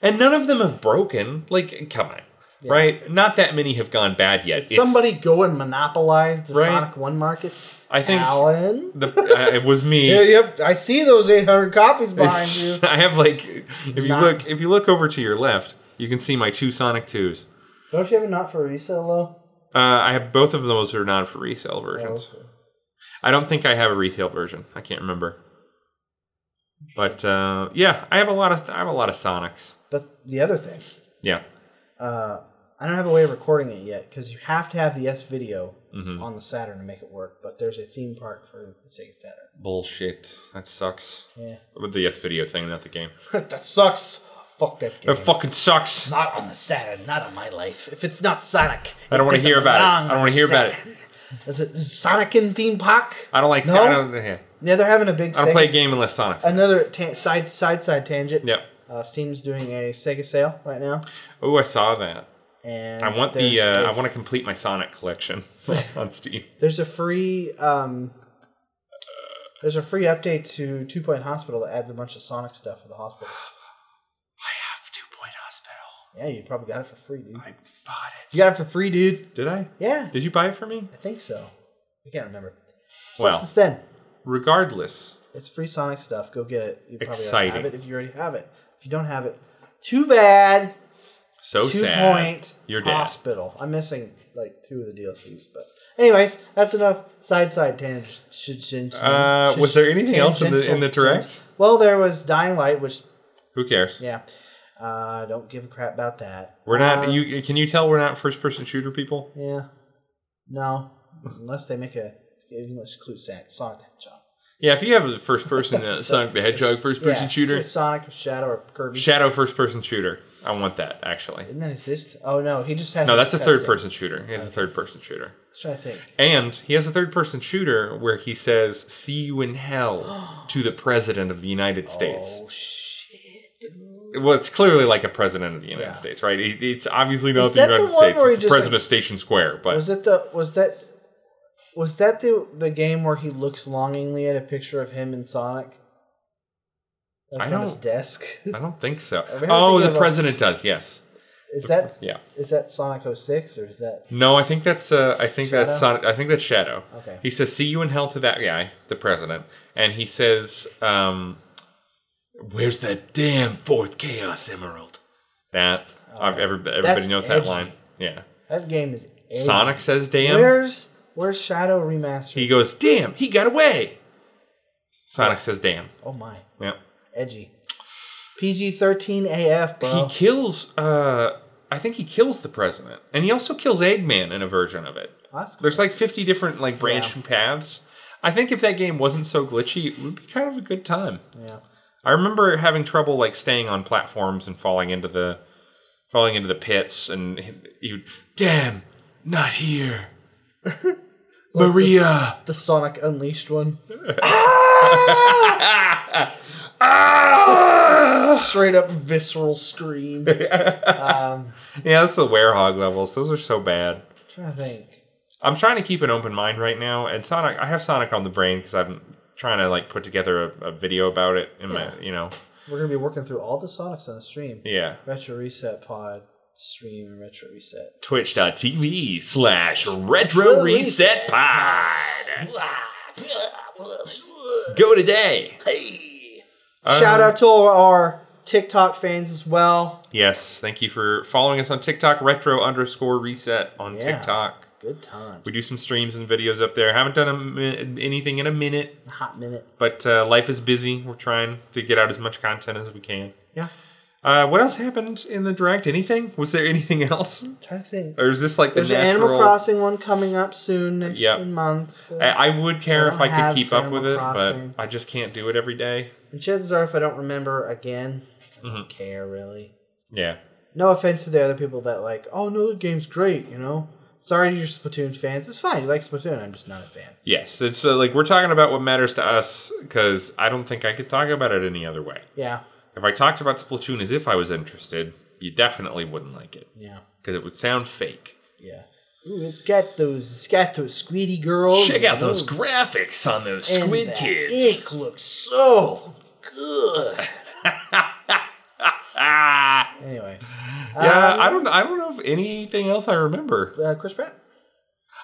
[SPEAKER 1] And none of them have broken. Like, come on, right? Not that many have gone bad yet. It's-
[SPEAKER 2] Somebody go and monopolize the
[SPEAKER 1] Right.
[SPEAKER 2] Sonic One market.
[SPEAKER 1] I think
[SPEAKER 2] Alan.
[SPEAKER 1] the uh, it was me.
[SPEAKER 2] Yeah, yep. I see those eight hundred copies behind you.
[SPEAKER 1] I have like, if you
[SPEAKER 2] Not-
[SPEAKER 1] look, if you look over to your left, you can see my two Sonic twos.
[SPEAKER 2] Don't you have a not for resale though?
[SPEAKER 1] Uh, I have both of those are non for resale versions.
[SPEAKER 2] okay.
[SPEAKER 1] I don't think I have a retail version. I can't remember. But uh, yeah, I have a lot of I have a lot of Sonics.
[SPEAKER 2] But the other thing, uh,
[SPEAKER 1] Yeah.
[SPEAKER 2] I don't have a way of recording it yet because you have to have the S video
[SPEAKER 1] Mm-hmm.
[SPEAKER 2] on the Saturn to make it work. But there's a theme park for the Sega Saturn.
[SPEAKER 1] Bullshit. That sucks.
[SPEAKER 2] Yeah.
[SPEAKER 1] With the S video thing, not the game.
[SPEAKER 2] that sucks. Fuck that game.
[SPEAKER 1] That fucking sucks.
[SPEAKER 2] not on the Saturn, not on my life. If it's not Sonic,
[SPEAKER 1] I don't
[SPEAKER 2] want
[SPEAKER 1] wanna hear about it. I don't wanna hear about it.
[SPEAKER 2] Is it Sonic in theme park?
[SPEAKER 1] I don't like.
[SPEAKER 2] No?
[SPEAKER 1] I don't. Yeah.
[SPEAKER 2] Yeah, they're having a big.
[SPEAKER 1] I don't play a
[SPEAKER 2] Sega
[SPEAKER 1] game unless Sonics.
[SPEAKER 2] Another ta- side side side tangent.
[SPEAKER 1] Yep.
[SPEAKER 2] Uh, Steam's doing a Sega sale right now.
[SPEAKER 1] Oh, I saw that.
[SPEAKER 2] And
[SPEAKER 1] I want the
[SPEAKER 2] there's
[SPEAKER 1] uh, I
[SPEAKER 2] a
[SPEAKER 1] want to complete my Sonic collection on Steam.
[SPEAKER 2] There's a free um, there's a free update to Two Point Hospital that adds a bunch of Sonic stuff for the hospital.
[SPEAKER 1] I have Two Point Hospital.
[SPEAKER 2] Yeah, you probably got it for free, dude.
[SPEAKER 1] I bought it.
[SPEAKER 2] You got it for free, dude.
[SPEAKER 1] Did I?
[SPEAKER 2] Yeah,
[SPEAKER 1] Did you buy it for me?
[SPEAKER 2] I think so. I can't remember.
[SPEAKER 1] Well.
[SPEAKER 2] Since then,
[SPEAKER 1] Regardless,
[SPEAKER 2] it's free Sonic stuff. Go get it. You probably
[SPEAKER 1] Exciting.
[SPEAKER 2] already have it if you already have it. If you don't have it, too bad.
[SPEAKER 1] so
[SPEAKER 2] Two
[SPEAKER 1] sad.
[SPEAKER 2] Point
[SPEAKER 1] You're dead.
[SPEAKER 2] Hospital. I'm missing like two of the DLCs, but anyways, that's enough. Side side tangent. Sh- sh- sh-
[SPEAKER 1] Uh,
[SPEAKER 2] sh-
[SPEAKER 1] was there anything else in the- in the
[SPEAKER 2] tangential-
[SPEAKER 1] direct?
[SPEAKER 2] Well, there was Dying Light, which
[SPEAKER 1] Who cares?
[SPEAKER 2] yeah, uh, don't give a crap about that.
[SPEAKER 1] We're not. e-,
[SPEAKER 2] Uh,
[SPEAKER 1] you can you tell we're not first person shooter people?
[SPEAKER 2] Yeah. No, unless they make a even let's include Sonic, Sonic the Hedgehog.
[SPEAKER 1] Yeah, if you have a first person uh, Sonic the Hedgehog first person
[SPEAKER 2] Yeah,
[SPEAKER 1] shooter,
[SPEAKER 2] it's Sonic or Shadow or Kirby.
[SPEAKER 1] Shadow first person shooter, I want that actually.
[SPEAKER 2] Didn't that exist? Oh no, he just has.
[SPEAKER 1] No, that's a third
[SPEAKER 2] cutscene.
[SPEAKER 1] person shooter. He has a third person shooter.
[SPEAKER 2] I was trying to think.
[SPEAKER 1] And he has a third person shooter where he says, See you in hell to the President of the United States.
[SPEAKER 2] Oh shit!
[SPEAKER 1] Well, it's clearly like a President of the United
[SPEAKER 2] Yeah.
[SPEAKER 1] States, right? It, it's obviously not
[SPEAKER 2] Is
[SPEAKER 1] the
[SPEAKER 2] that the
[SPEAKER 1] United
[SPEAKER 2] one
[SPEAKER 1] States.
[SPEAKER 2] where he
[SPEAKER 1] It's the
[SPEAKER 2] just,
[SPEAKER 1] President
[SPEAKER 2] like-
[SPEAKER 1] of Station Square. But
[SPEAKER 2] Was it the? Was that? Was that the the game where he looks longingly at a picture of him and Sonic? Like
[SPEAKER 1] I
[SPEAKER 2] on his
[SPEAKER 1] don't-
[SPEAKER 2] desk.
[SPEAKER 1] I don't think so.
[SPEAKER 2] mean, I
[SPEAKER 1] Oh,
[SPEAKER 2] think
[SPEAKER 1] the
[SPEAKER 2] about-
[SPEAKER 1] President does, yes.
[SPEAKER 2] Is that
[SPEAKER 1] Yeah.
[SPEAKER 2] is that Sonic 06 or is that
[SPEAKER 1] No, I think that's uh, I think that's
[SPEAKER 2] Shadow?
[SPEAKER 1] Sonic. I think that's Shadow.
[SPEAKER 2] Okay.
[SPEAKER 1] He says, "See you in hell" to that guy, the president, and he says, um, "Where's that damn fourth Chaos Emerald?" That I've ever everybody
[SPEAKER 2] That's
[SPEAKER 1] knows that
[SPEAKER 2] edgy.
[SPEAKER 1] line. Yeah.
[SPEAKER 2] that game is aged.
[SPEAKER 1] Sonic says, "Damn."
[SPEAKER 2] Where's Where's Shadow Remastered?
[SPEAKER 1] He goes, "Damn, he got away." Sonic says, "Damn."
[SPEAKER 2] oh my,
[SPEAKER 1] Yeah.
[SPEAKER 2] edgy. PG thirteen AF, bro.
[SPEAKER 1] He kills. uh I think he kills the president, and he also kills Eggman in a version of it.
[SPEAKER 2] That's cool.
[SPEAKER 1] There's like 50 different like branching paths. I think if that game wasn't so glitchy, it would be kind of a good time.
[SPEAKER 2] Yeah.
[SPEAKER 1] I remember having trouble like staying on platforms and falling into the falling into the pits and you damn, not here. Maria.
[SPEAKER 2] The Sonic Unleashed one. Straight up visceral scream. um,
[SPEAKER 1] Yeah, that's the werehog levels. Those are so bad.
[SPEAKER 2] trying to think.
[SPEAKER 1] I'm trying to keep an open mind right now, and Sonic. I have Sonic on the brain because I'm trying to like put together a, a video about it. In my,
[SPEAKER 2] Yeah.
[SPEAKER 1] you know,
[SPEAKER 2] We're gonna be working through all the Sonics on the stream.
[SPEAKER 1] yeah.
[SPEAKER 2] Retro Reset Pod stream retro reset.
[SPEAKER 1] Twitch.tv slash Retro Reset
[SPEAKER 2] Reset
[SPEAKER 1] Pod. Go today. Um,
[SPEAKER 2] Shout out to all our TikTok fans as well.
[SPEAKER 1] Yes, thank you for following us on TikTok. Retro underscore Reset on
[SPEAKER 2] Yeah.
[SPEAKER 1] TikTok.
[SPEAKER 2] Good time.
[SPEAKER 1] We do some streams and videos up there. Haven't done a min- anything in a minute,
[SPEAKER 2] Hot minute.
[SPEAKER 1] but uh, life is busy. We're trying to get out as much content as we can.
[SPEAKER 2] Yeah.
[SPEAKER 1] Uh, what else happened in the direct? Anything? Was there anything else,
[SPEAKER 2] trying to think.
[SPEAKER 1] or is this like the
[SPEAKER 2] There's an
[SPEAKER 1] natural?
[SPEAKER 2] Animal Crossing one coming up soon next
[SPEAKER 1] Yep.
[SPEAKER 2] month.
[SPEAKER 1] I, I would care if
[SPEAKER 2] I don't
[SPEAKER 1] I could
[SPEAKER 2] have
[SPEAKER 1] keep up
[SPEAKER 2] Animal
[SPEAKER 1] with it,
[SPEAKER 2] Crossing.
[SPEAKER 1] but I just can't do it every day.
[SPEAKER 2] and chances are, if I don't remember again, I
[SPEAKER 1] Mm-hmm.
[SPEAKER 2] don't care really.
[SPEAKER 1] Yeah,
[SPEAKER 2] No offense to the other people that like, oh no, the game's great. You know, sorry to your Splatoon fans. It's fine. You like Splatoon. I'm just not a fan.
[SPEAKER 1] yes. It's uh, like we're talking about what matters to us because I don't think I could talk about it any other way.
[SPEAKER 2] Yeah.
[SPEAKER 1] If I talked about Splatoon as if I was interested, you definitely wouldn't like it
[SPEAKER 2] Yeah.
[SPEAKER 1] because it would sound fake.
[SPEAKER 2] Yeah. Ooh, it's got those. It's got those squeedy girls. and
[SPEAKER 1] graphics on those
[SPEAKER 2] and that Ick looks so good.
[SPEAKER 1] Ah.
[SPEAKER 2] Anyway,
[SPEAKER 1] Yeah, I don't. I don't know if anything else I remember.
[SPEAKER 2] uh, Chris Pratt.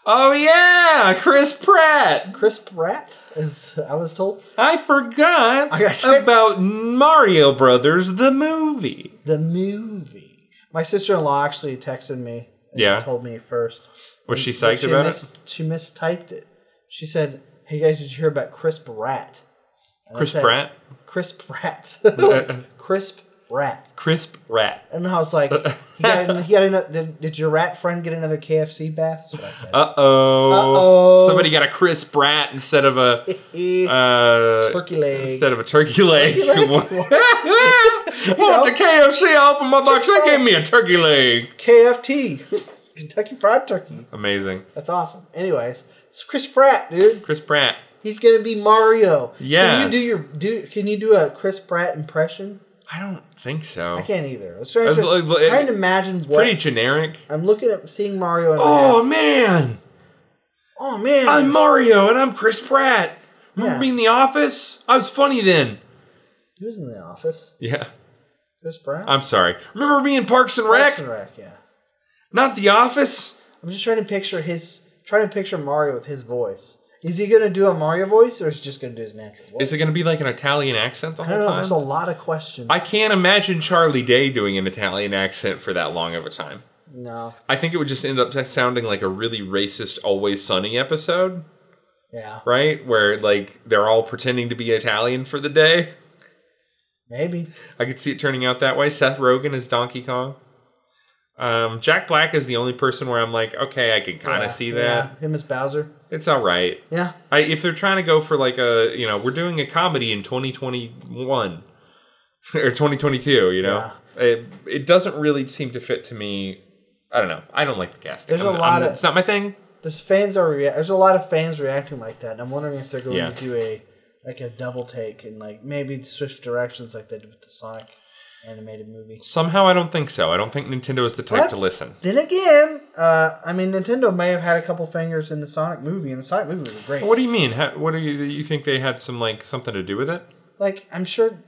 [SPEAKER 1] Oh yeah, Chris Pratt.
[SPEAKER 2] Chris Pratt, as I was told,
[SPEAKER 1] I forgot
[SPEAKER 2] I gotta-
[SPEAKER 1] about Mario Brothers the movie.
[SPEAKER 2] the movie. My sister in law actually texted me. And
[SPEAKER 1] Yeah.
[SPEAKER 2] Told me first.
[SPEAKER 1] Was she psyched about it?
[SPEAKER 2] mis- She mistyped it. She said, "Hey guys, did you hear about Chris Pratt?" And I
[SPEAKER 1] Chris
[SPEAKER 2] said,
[SPEAKER 1] Pratt.
[SPEAKER 2] Chris Pratt. like, crisp rat.
[SPEAKER 1] Crisp Rat.
[SPEAKER 2] And I was like, he got, an- he got another, did, did your rat friend get another KFC bath? That's what I said.
[SPEAKER 1] Uh oh.
[SPEAKER 2] Uh-oh.
[SPEAKER 1] Somebody got a Crisp Rat instead of a
[SPEAKER 2] Eh,
[SPEAKER 1] uh,
[SPEAKER 2] Turkey leg.
[SPEAKER 1] instead of a turkey leg.
[SPEAKER 2] leg?
[SPEAKER 1] What?
[SPEAKER 2] What?
[SPEAKER 1] I want the KFC off of my box. They gave me a turkey leg.
[SPEAKER 2] KFT. Kentucky Fried Turkey.
[SPEAKER 1] Amazing.
[SPEAKER 2] That's awesome. Anyways, it's Chris Pratt, dude.
[SPEAKER 1] Chris Pratt.
[SPEAKER 2] He's gonna be Mario.
[SPEAKER 1] Yeah.
[SPEAKER 2] Can you do your do? Can you do a Chris Pratt impression?
[SPEAKER 1] I don't think so.
[SPEAKER 2] I can't either. I was trying,
[SPEAKER 1] That's
[SPEAKER 2] to,
[SPEAKER 1] like- like-
[SPEAKER 2] trying to imagine what
[SPEAKER 1] Pretty generic.
[SPEAKER 2] I'm looking at seeing Mario and
[SPEAKER 1] Oh man,
[SPEAKER 2] oh man,
[SPEAKER 1] I'm Mario and I'm Chris Pratt. Remember
[SPEAKER 2] Yeah.
[SPEAKER 1] me in The Office? I was funny then.
[SPEAKER 2] he was in the office.
[SPEAKER 1] Yeah,
[SPEAKER 2] Chris Brown.
[SPEAKER 1] I'm sorry. Remember me in Parks and Rec?
[SPEAKER 2] Parks and Rec, yeah.
[SPEAKER 1] Not The Office.
[SPEAKER 2] I'm just trying to picture his trying to picture Mario with his voice. Is he gonna do a Mario voice or is he just gonna do his natural voice?
[SPEAKER 1] Is it going to be like an Italian accent the
[SPEAKER 2] I don't
[SPEAKER 1] whole
[SPEAKER 2] know. There's a
[SPEAKER 1] time?
[SPEAKER 2] lot of questions.
[SPEAKER 1] I can't imagine Charlie Day doing an Italian accent for that long of a time.
[SPEAKER 2] No.
[SPEAKER 1] I think it would just end up sounding like a really racist Always Sunny episode,
[SPEAKER 2] Yeah.
[SPEAKER 1] right? Where like they're all pretending to be Italian for the day.
[SPEAKER 2] Maybe.
[SPEAKER 1] I could see it turning out that way. Seth Rogen is Donkey Kong. Um, Jack Black is the only person where I'm like, okay, I can kind of
[SPEAKER 2] Yeah,
[SPEAKER 1] see that.
[SPEAKER 2] yeah. Him as Bowser.
[SPEAKER 1] It's all right.
[SPEAKER 2] Yeah.
[SPEAKER 1] I, if they're trying to go for like a, you know, we're doing a comedy in 2021 or 2022, you know, it, it doesn't really seem to fit to me. I don't know. I don't like the cast.
[SPEAKER 2] There's a lot of-
[SPEAKER 1] it's not my thing.
[SPEAKER 2] There's fans are rea- there's a lot of fans reacting like that, and I'm wondering if they're going
[SPEAKER 1] Yeah.
[SPEAKER 2] to do a like a double take and like maybe switch directions like they did with the Sonic animated movie.
[SPEAKER 1] Somehow, I don't think so. I don't think Nintendo is the type
[SPEAKER 2] What?
[SPEAKER 1] to listen.
[SPEAKER 2] Then again, uh, I mean, Nintendo may have had a couple fingers in the Sonic movie, and the Sonic movie was great.
[SPEAKER 1] What do you mean? How, what do you you think they had some like something to do with it?
[SPEAKER 2] like, I'm sure.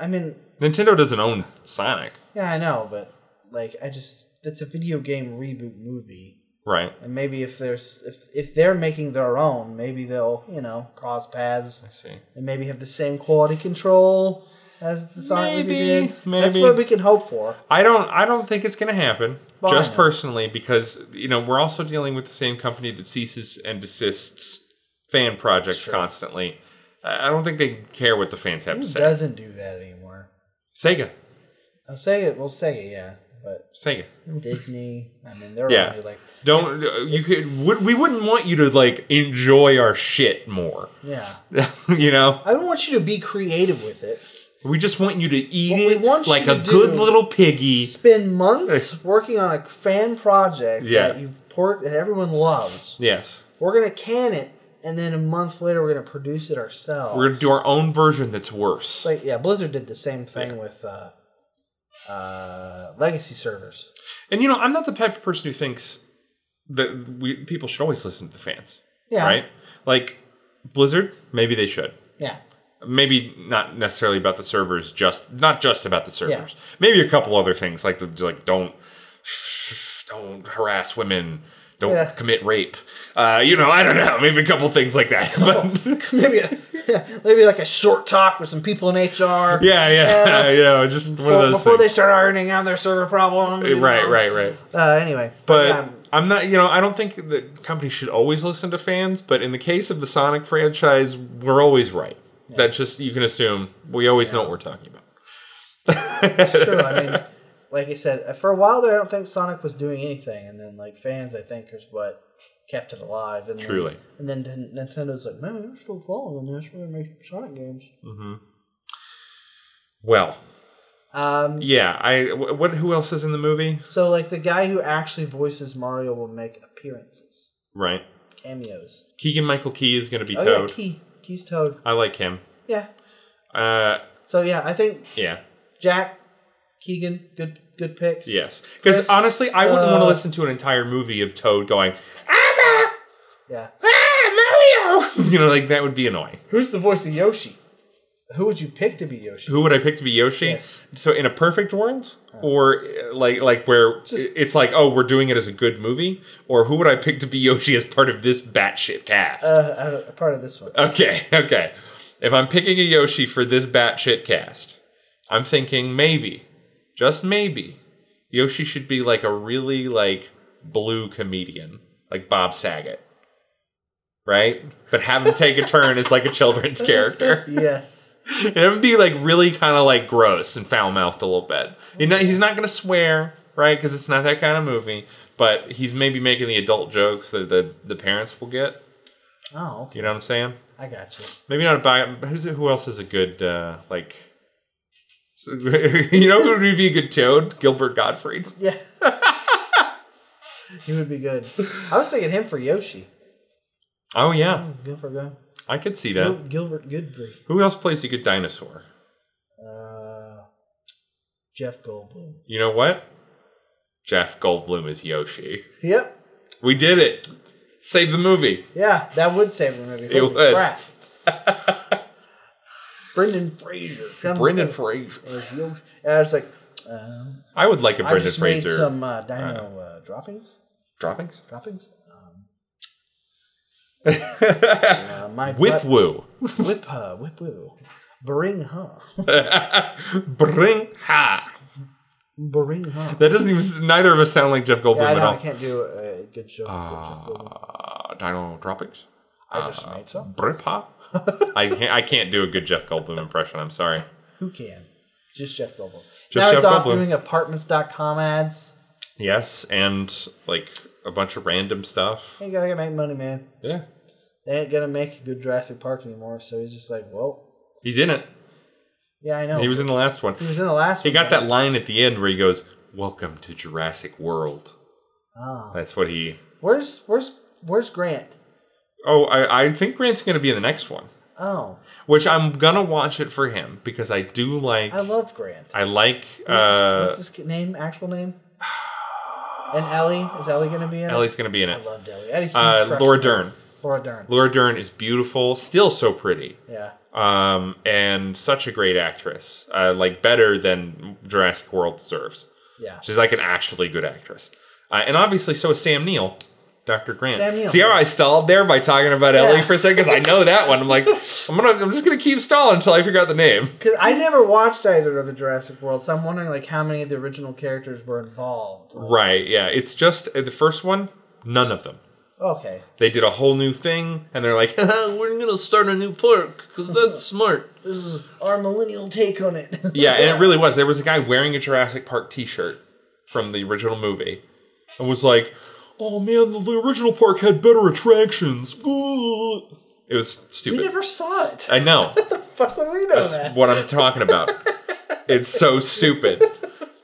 [SPEAKER 2] I mean,
[SPEAKER 1] Nintendo doesn't own Sonic,
[SPEAKER 2] yeah, I know, but like, I just it's a video game reboot movie,
[SPEAKER 1] right?
[SPEAKER 2] and maybe if there's if if they're making their own, maybe they'll you know cross paths
[SPEAKER 1] I see.
[SPEAKER 2] and maybe have the same quality control as the Sonic movie
[SPEAKER 1] Maybe,
[SPEAKER 2] did. That's
[SPEAKER 1] maybe.
[SPEAKER 2] what we can hope for.
[SPEAKER 1] I don't. I don't think it's going to happen.
[SPEAKER 2] Why
[SPEAKER 1] Just
[SPEAKER 2] not?
[SPEAKER 1] personally, because you know we're also dealing with the same company that ceases and desists fan projects constantly. I I don't think they care what the fans have to
[SPEAKER 2] Who
[SPEAKER 1] say.
[SPEAKER 2] doesn't do that anymore?
[SPEAKER 1] Sega,
[SPEAKER 2] I'll say it. We'll say it. Yeah, but
[SPEAKER 1] Sega.
[SPEAKER 2] Disney. I mean, they're
[SPEAKER 1] Yeah.
[SPEAKER 2] only like
[SPEAKER 1] Don't uh, you could would we wouldn't want you to like enjoy our shit more.
[SPEAKER 2] yeah.
[SPEAKER 1] you know,
[SPEAKER 2] I don't want you to be creative with it.
[SPEAKER 1] we just want you to eat
[SPEAKER 2] What we
[SPEAKER 1] it
[SPEAKER 2] want you
[SPEAKER 1] like
[SPEAKER 2] to
[SPEAKER 1] a good
[SPEAKER 2] do
[SPEAKER 1] little piggy.
[SPEAKER 2] Spend months working on a fan project
[SPEAKER 1] Yeah.
[SPEAKER 2] that you port that everyone loves.
[SPEAKER 1] Yes,
[SPEAKER 2] We're gonna can it, and then a month later we're gonna produce it ourselves.
[SPEAKER 1] we're gonna do our own version that's worse.
[SPEAKER 2] It's like yeah, Blizzard did the same thing with uh, uh, legacy servers.
[SPEAKER 1] And you know, I'm not the type of person who thinks that we people should always listen to the fans,
[SPEAKER 2] Yeah,
[SPEAKER 1] right? Like Blizzard, maybe they should.
[SPEAKER 2] Yeah,
[SPEAKER 1] Maybe not necessarily about the servers, just not just about the servers. Maybe a couple other things like the like don't don't harass women, don't
[SPEAKER 2] Yeah.
[SPEAKER 1] commit rape. Uh, you know, I don't know. Maybe a couple things like that. But
[SPEAKER 2] maybe a, maybe like a short talk with some people in HR.
[SPEAKER 1] yeah, yeah,
[SPEAKER 2] Yeah.
[SPEAKER 1] you know, just one
[SPEAKER 2] Uh, Before,
[SPEAKER 1] of those
[SPEAKER 2] before they
[SPEAKER 1] things.
[SPEAKER 2] start ironing out their server problems. you
[SPEAKER 1] right,
[SPEAKER 2] know.
[SPEAKER 1] right, right.
[SPEAKER 2] Uh, anyway,
[SPEAKER 1] But
[SPEAKER 2] yeah,
[SPEAKER 1] I'm not, you know, I don't think the company should always listen to fans. But in the case of the Sonic franchise, we're always right. That's just you can assume we always know what we're talking about.
[SPEAKER 2] true. I mean, like I said, for a while there, I don't think Sonic was doing anything, and then like fans, I think, is what kept it alive. And then-
[SPEAKER 1] Truly.
[SPEAKER 2] and then Nin- Nintendo's like, man, you're still following this. We're gonna make Sonic games.
[SPEAKER 1] Well,
[SPEAKER 2] Um,
[SPEAKER 1] yeah. I wh- what? Who else is in the movie?
[SPEAKER 2] so like the guy who actually voices Mario will make appearances,
[SPEAKER 1] Right.
[SPEAKER 2] cameos.
[SPEAKER 1] Keegan Michael Key is going to be
[SPEAKER 2] Oh
[SPEAKER 1] Toad.
[SPEAKER 2] yeah, Key, Key's Toad.
[SPEAKER 1] I like him.
[SPEAKER 2] Yeah.
[SPEAKER 1] Uh,
[SPEAKER 2] So yeah, I think
[SPEAKER 1] yeah.
[SPEAKER 2] Jack, Keegan, good good picks.
[SPEAKER 1] Yes. Because
[SPEAKER 2] Chris,
[SPEAKER 1] honestly, I wouldn't
[SPEAKER 2] uh,
[SPEAKER 1] want to listen to an entire movie of Toad going,
[SPEAKER 2] Yeah.
[SPEAKER 1] "Ah, Mario!" you know, like that would be annoying.
[SPEAKER 2] Who's the voice of Yoshi? Who would you pick to be Yoshi?
[SPEAKER 1] Who would I pick to be Yoshi?
[SPEAKER 2] Yes. Uh-huh.
[SPEAKER 1] So in a perfect world, or uh, like like where
[SPEAKER 2] Just-
[SPEAKER 1] it's like, oh, we're doing it as a good movie, or who would I pick to be Yoshi as part of this batshit cast?
[SPEAKER 2] Uh, out of- part of this one.
[SPEAKER 1] okay, okay. If I'm picking a Yoshi for this batshit cast, I'm thinking maybe, just maybe, Yoshi should be like a really like blue comedian, like Bob Saget, right? But have him take a turn as like a children's character.
[SPEAKER 2] yes.
[SPEAKER 1] It would be like really kind of like gross and foul mouthed a little bit. You know, he's not gonna swear, right? Because it's not that kind of movie. But he's maybe making the adult jokes that the, the parents will get.
[SPEAKER 2] Oh, okay.
[SPEAKER 1] You know what I'm saying?
[SPEAKER 2] I got you.
[SPEAKER 1] Maybe not a bi. Who's who else is a good uh, like? you know who would be a good toad? Gilbert Gottfried.
[SPEAKER 2] Yeah. he would be good. I was thinking him for Yoshi.
[SPEAKER 1] Oh yeah,
[SPEAKER 2] Gilbert, Gun-
[SPEAKER 1] I could see
[SPEAKER 2] Gil-
[SPEAKER 1] that.
[SPEAKER 2] Gilbert Goodfrey.
[SPEAKER 1] Who else plays a good dinosaur?
[SPEAKER 2] Uh, Jeff Goldblum.
[SPEAKER 1] You know what? Jeff Goldblum is Yoshi.
[SPEAKER 2] Yep.
[SPEAKER 1] We did it. Save the movie.
[SPEAKER 2] Yeah, that would save the movie.
[SPEAKER 1] It
[SPEAKER 2] Holy
[SPEAKER 1] would.
[SPEAKER 2] crap. Brendan Fraser. Comes
[SPEAKER 1] Brendan
[SPEAKER 2] back
[SPEAKER 1] Fraser.
[SPEAKER 2] as Yoshi. And I was like, um,
[SPEAKER 1] I would like a
[SPEAKER 2] I
[SPEAKER 1] Brendan
[SPEAKER 2] just
[SPEAKER 1] Fraser
[SPEAKER 2] made some uh, dino uh, droppings.
[SPEAKER 1] droppings.
[SPEAKER 2] Droppings. Um, uh, my
[SPEAKER 1] Whip woo.
[SPEAKER 2] butt- whip, uh, whip, woo. Bring huh?
[SPEAKER 1] Bring ha.
[SPEAKER 2] Bring huh?
[SPEAKER 1] That doesn't even. Neither of us sound like Jeff Goldblum
[SPEAKER 2] Yeah, I know I
[SPEAKER 1] at
[SPEAKER 2] can't do a good show.
[SPEAKER 1] Ah.
[SPEAKER 2] with Jeff Goldblum.
[SPEAKER 1] all. Uh, Dino droppings.
[SPEAKER 2] I just made some.
[SPEAKER 1] Brip ha. I can't. I can't do a good Jeff Goldblum impression. I'm sorry.
[SPEAKER 2] Who can? Just Jeff Goldblum.
[SPEAKER 1] Just
[SPEAKER 2] now
[SPEAKER 1] Jeff
[SPEAKER 2] it's off
[SPEAKER 1] Goldblum.
[SPEAKER 2] doing apartments.com ads.
[SPEAKER 1] Yes, and like a bunch of random stuff.
[SPEAKER 2] Ain't gotta make money, man.
[SPEAKER 1] Yeah,
[SPEAKER 2] They ain't gonna make a good Jurassic Park anymore. So he's just like, well,
[SPEAKER 1] he's in it.
[SPEAKER 2] yeah, I know.
[SPEAKER 1] He was in the last one.
[SPEAKER 2] He was in the last
[SPEAKER 1] He
[SPEAKER 2] one.
[SPEAKER 1] got that line at the end where he goes, "Welcome to Jurassic World."
[SPEAKER 2] Ah.
[SPEAKER 1] That's what he.
[SPEAKER 2] Where's where's where's Grant?
[SPEAKER 1] Oh, I, I think Grant's gonna be in the next one,
[SPEAKER 2] Oh,
[SPEAKER 1] which I'm gonna watch it for him because I do like.
[SPEAKER 2] I love Grant.
[SPEAKER 1] I like
[SPEAKER 2] What's,
[SPEAKER 1] uh,
[SPEAKER 2] his, what's his ki- name? Actual name? And Ellie is Ellie gonna be in it?
[SPEAKER 1] Ellie's gonna be in
[SPEAKER 2] I
[SPEAKER 1] it.
[SPEAKER 2] loved Ellie. I had a huge
[SPEAKER 1] Uh,
[SPEAKER 2] crush
[SPEAKER 1] Laura
[SPEAKER 2] on
[SPEAKER 1] Dern.
[SPEAKER 2] Laura Dern.
[SPEAKER 1] Laura Dern is beautiful, still so pretty,
[SPEAKER 2] Yeah.
[SPEAKER 1] um, and such a great actress. Uh, like better than Jurassic World deserves.
[SPEAKER 2] Yeah.
[SPEAKER 1] She's like an actually good actress, uh, and obviously so is Sam Neill. Dr. Grant.
[SPEAKER 2] Sam Neill.
[SPEAKER 1] See how I stalled there by talking about Ellie for a second because I know that one. I'm like, I'm gonna, I'm just gonna keep stalling until I figure out the name.
[SPEAKER 2] Because I never watched either of the Jurassic World, so I'm wondering like how many of the original characters were involved.
[SPEAKER 1] Right? Yeah. It's just uh, the first one. None of them.
[SPEAKER 2] Okay.
[SPEAKER 1] They did a whole new thing, and they're like, we're gonna start a new park because that's smart.
[SPEAKER 2] This is our millennial take on it.
[SPEAKER 1] Yeah, and it really was. There was a guy wearing a Jurassic Park T-shirt from the original movie, and was like, "Oh man, the, the original park had better attractions." Boo. It was
[SPEAKER 2] we
[SPEAKER 1] stupid.
[SPEAKER 2] never saw it.
[SPEAKER 1] I know.
[SPEAKER 2] Fuck would we know
[SPEAKER 1] That's
[SPEAKER 2] that?
[SPEAKER 1] what I'm talking about. it's so stupid.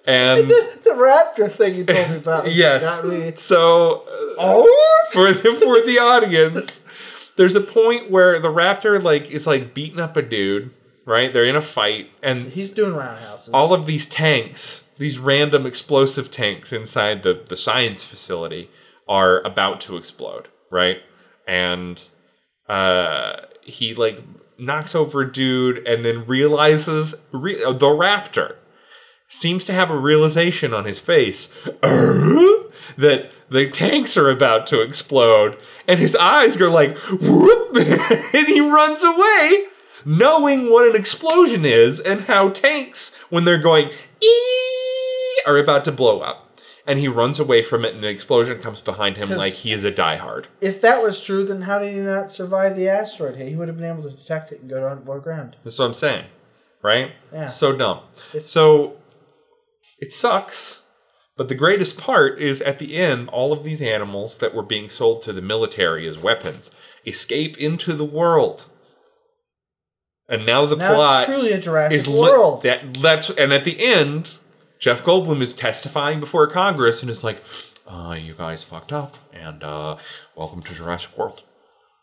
[SPEAKER 1] And
[SPEAKER 2] the raptor thing you told me about.
[SPEAKER 1] yes,
[SPEAKER 2] Got me.
[SPEAKER 1] so uh,
[SPEAKER 2] Oh,
[SPEAKER 1] for the, for the audience, there's a point where the raptor like is like beating up a dude. Right? They're in a fight, and
[SPEAKER 2] he's doing roundhouses.
[SPEAKER 1] all of these tanks, these random explosive tanks inside the, the science facility, are about to explode, right? And uh, he like knocks over a dude and then realizes re- uh, the raptor seems to have a realization on his face "Uh, that the tanks are about to explode and his eyes go like whoop and he runs away knowing what an explosion is and how tanks when they're going "Ee," are about to blow up and he runs away from it and the explosion comes behind him
[SPEAKER 2] 'Cause-
[SPEAKER 1] like he is a diehard
[SPEAKER 2] if that was true, then how did he not survive the asteroid hit? He would have been able to detect it and go down more ground.
[SPEAKER 1] That's what I'm saying, right?
[SPEAKER 2] Yeah.
[SPEAKER 1] So dumb.
[SPEAKER 2] It's-
[SPEAKER 1] so it sucks, but the greatest part is at the end, all of these animals that were being sold to the military as weapons escape into the world, and now the
[SPEAKER 2] Now
[SPEAKER 1] plot
[SPEAKER 2] it's truly a Jurassic
[SPEAKER 1] is li-
[SPEAKER 2] World.
[SPEAKER 1] that that's and at the end, Jeff Goldblum is testifying before Congress and is like, uh, "You guys fucked up, and uh, welcome to Jurassic World."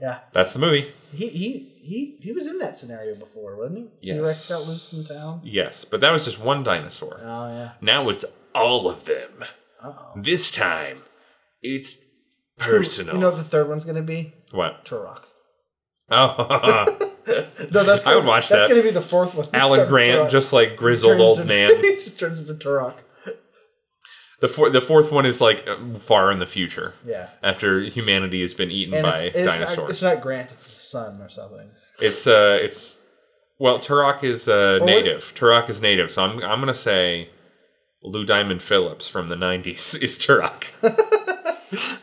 [SPEAKER 2] yeah,
[SPEAKER 1] That's the movie.
[SPEAKER 2] he he he he was in that scenario before, wasn't he?
[SPEAKER 1] Yes.
[SPEAKER 2] He wrecked out loose in town.
[SPEAKER 1] Yes, but that was just one dinosaur.
[SPEAKER 2] Oh yeah.
[SPEAKER 1] Now it's all of them. This time, it's personal.
[SPEAKER 2] You know what the third one's gonna be
[SPEAKER 1] what?
[SPEAKER 2] Turok.
[SPEAKER 1] Oh,
[SPEAKER 2] No, that's
[SPEAKER 1] I
[SPEAKER 2] gonna,
[SPEAKER 1] would watch
[SPEAKER 2] that's
[SPEAKER 1] that.
[SPEAKER 2] gonna be the fourth one.
[SPEAKER 1] Alan Grant, just like grizzled
[SPEAKER 2] turns
[SPEAKER 1] old
[SPEAKER 2] into-
[SPEAKER 1] man.
[SPEAKER 2] he just turns into Turok.
[SPEAKER 1] The four, the fourth one is like uh, far in the future.
[SPEAKER 2] Yeah.
[SPEAKER 1] After humanity has been eaten
[SPEAKER 2] And
[SPEAKER 1] by
[SPEAKER 2] it's, it's Not,
[SPEAKER 1] dinosaurs,
[SPEAKER 2] it's not Grant, it's the son or something.
[SPEAKER 1] it's uh, it's well, Turok is uh,
[SPEAKER 2] what-
[SPEAKER 1] native. Turok is native, so I'm I'm gonna say Lou Diamond Phillips from the '90s is Turok.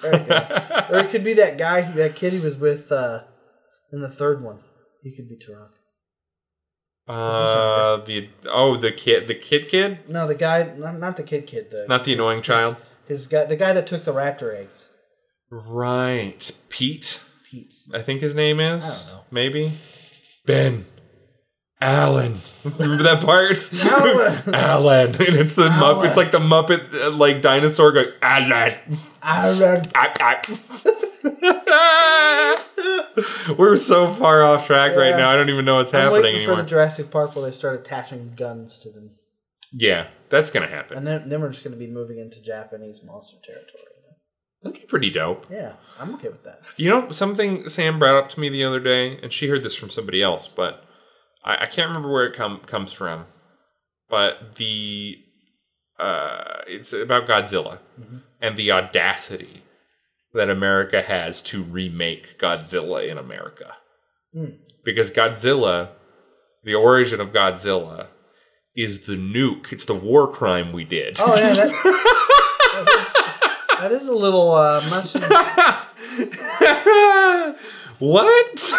[SPEAKER 2] There you go. or it could be that guy, that kid he was with uh, in the third one. He could be Turok.
[SPEAKER 1] Uh, the oh the kid the kid kid
[SPEAKER 2] No, the guy, not, not the kid, kid. The,
[SPEAKER 1] Not the annoying
[SPEAKER 2] his-
[SPEAKER 1] child?
[SPEAKER 2] His, his guy, the guy that took the raptor eggs,
[SPEAKER 1] Right. Pete,
[SPEAKER 2] Pete.
[SPEAKER 1] I think his name is.
[SPEAKER 2] I don't know.
[SPEAKER 1] Maybe. Ben. Alan. Remember that part?
[SPEAKER 2] Alan.
[SPEAKER 1] Alan. And it's the Muppet.
[SPEAKER 2] Alan.
[SPEAKER 1] It's like the Muppet, uh, like dinosaur going, Alan.
[SPEAKER 2] Aaron.
[SPEAKER 1] Ah, ah. We're so far off track right
[SPEAKER 2] Yeah.
[SPEAKER 1] now. I don't even know what's
[SPEAKER 2] I'm
[SPEAKER 1] happening
[SPEAKER 2] waiting for
[SPEAKER 1] anymore.
[SPEAKER 2] the Jurassic Park where they start attaching guns to them.
[SPEAKER 1] Yeah, that's gonna happen.
[SPEAKER 2] and then then we're just going to be moving into Japanese monster territory.
[SPEAKER 1] That'd be pretty dope.
[SPEAKER 2] Yeah, I'm okay with that.
[SPEAKER 1] You know, something Sam brought up to me the other day, and she heard this from somebody else, but I, I can't remember where it com- comes from. But the uh, it's about Godzilla
[SPEAKER 2] Mhm.
[SPEAKER 1] and the audacity that America has to remake Godzilla in America,
[SPEAKER 2] Hmm.
[SPEAKER 1] because Godzilla, the origin of Godzilla, is the nuke. It's the war crime we did.
[SPEAKER 2] Oh yeah, that, that's, that is a little uh, much.
[SPEAKER 1] what?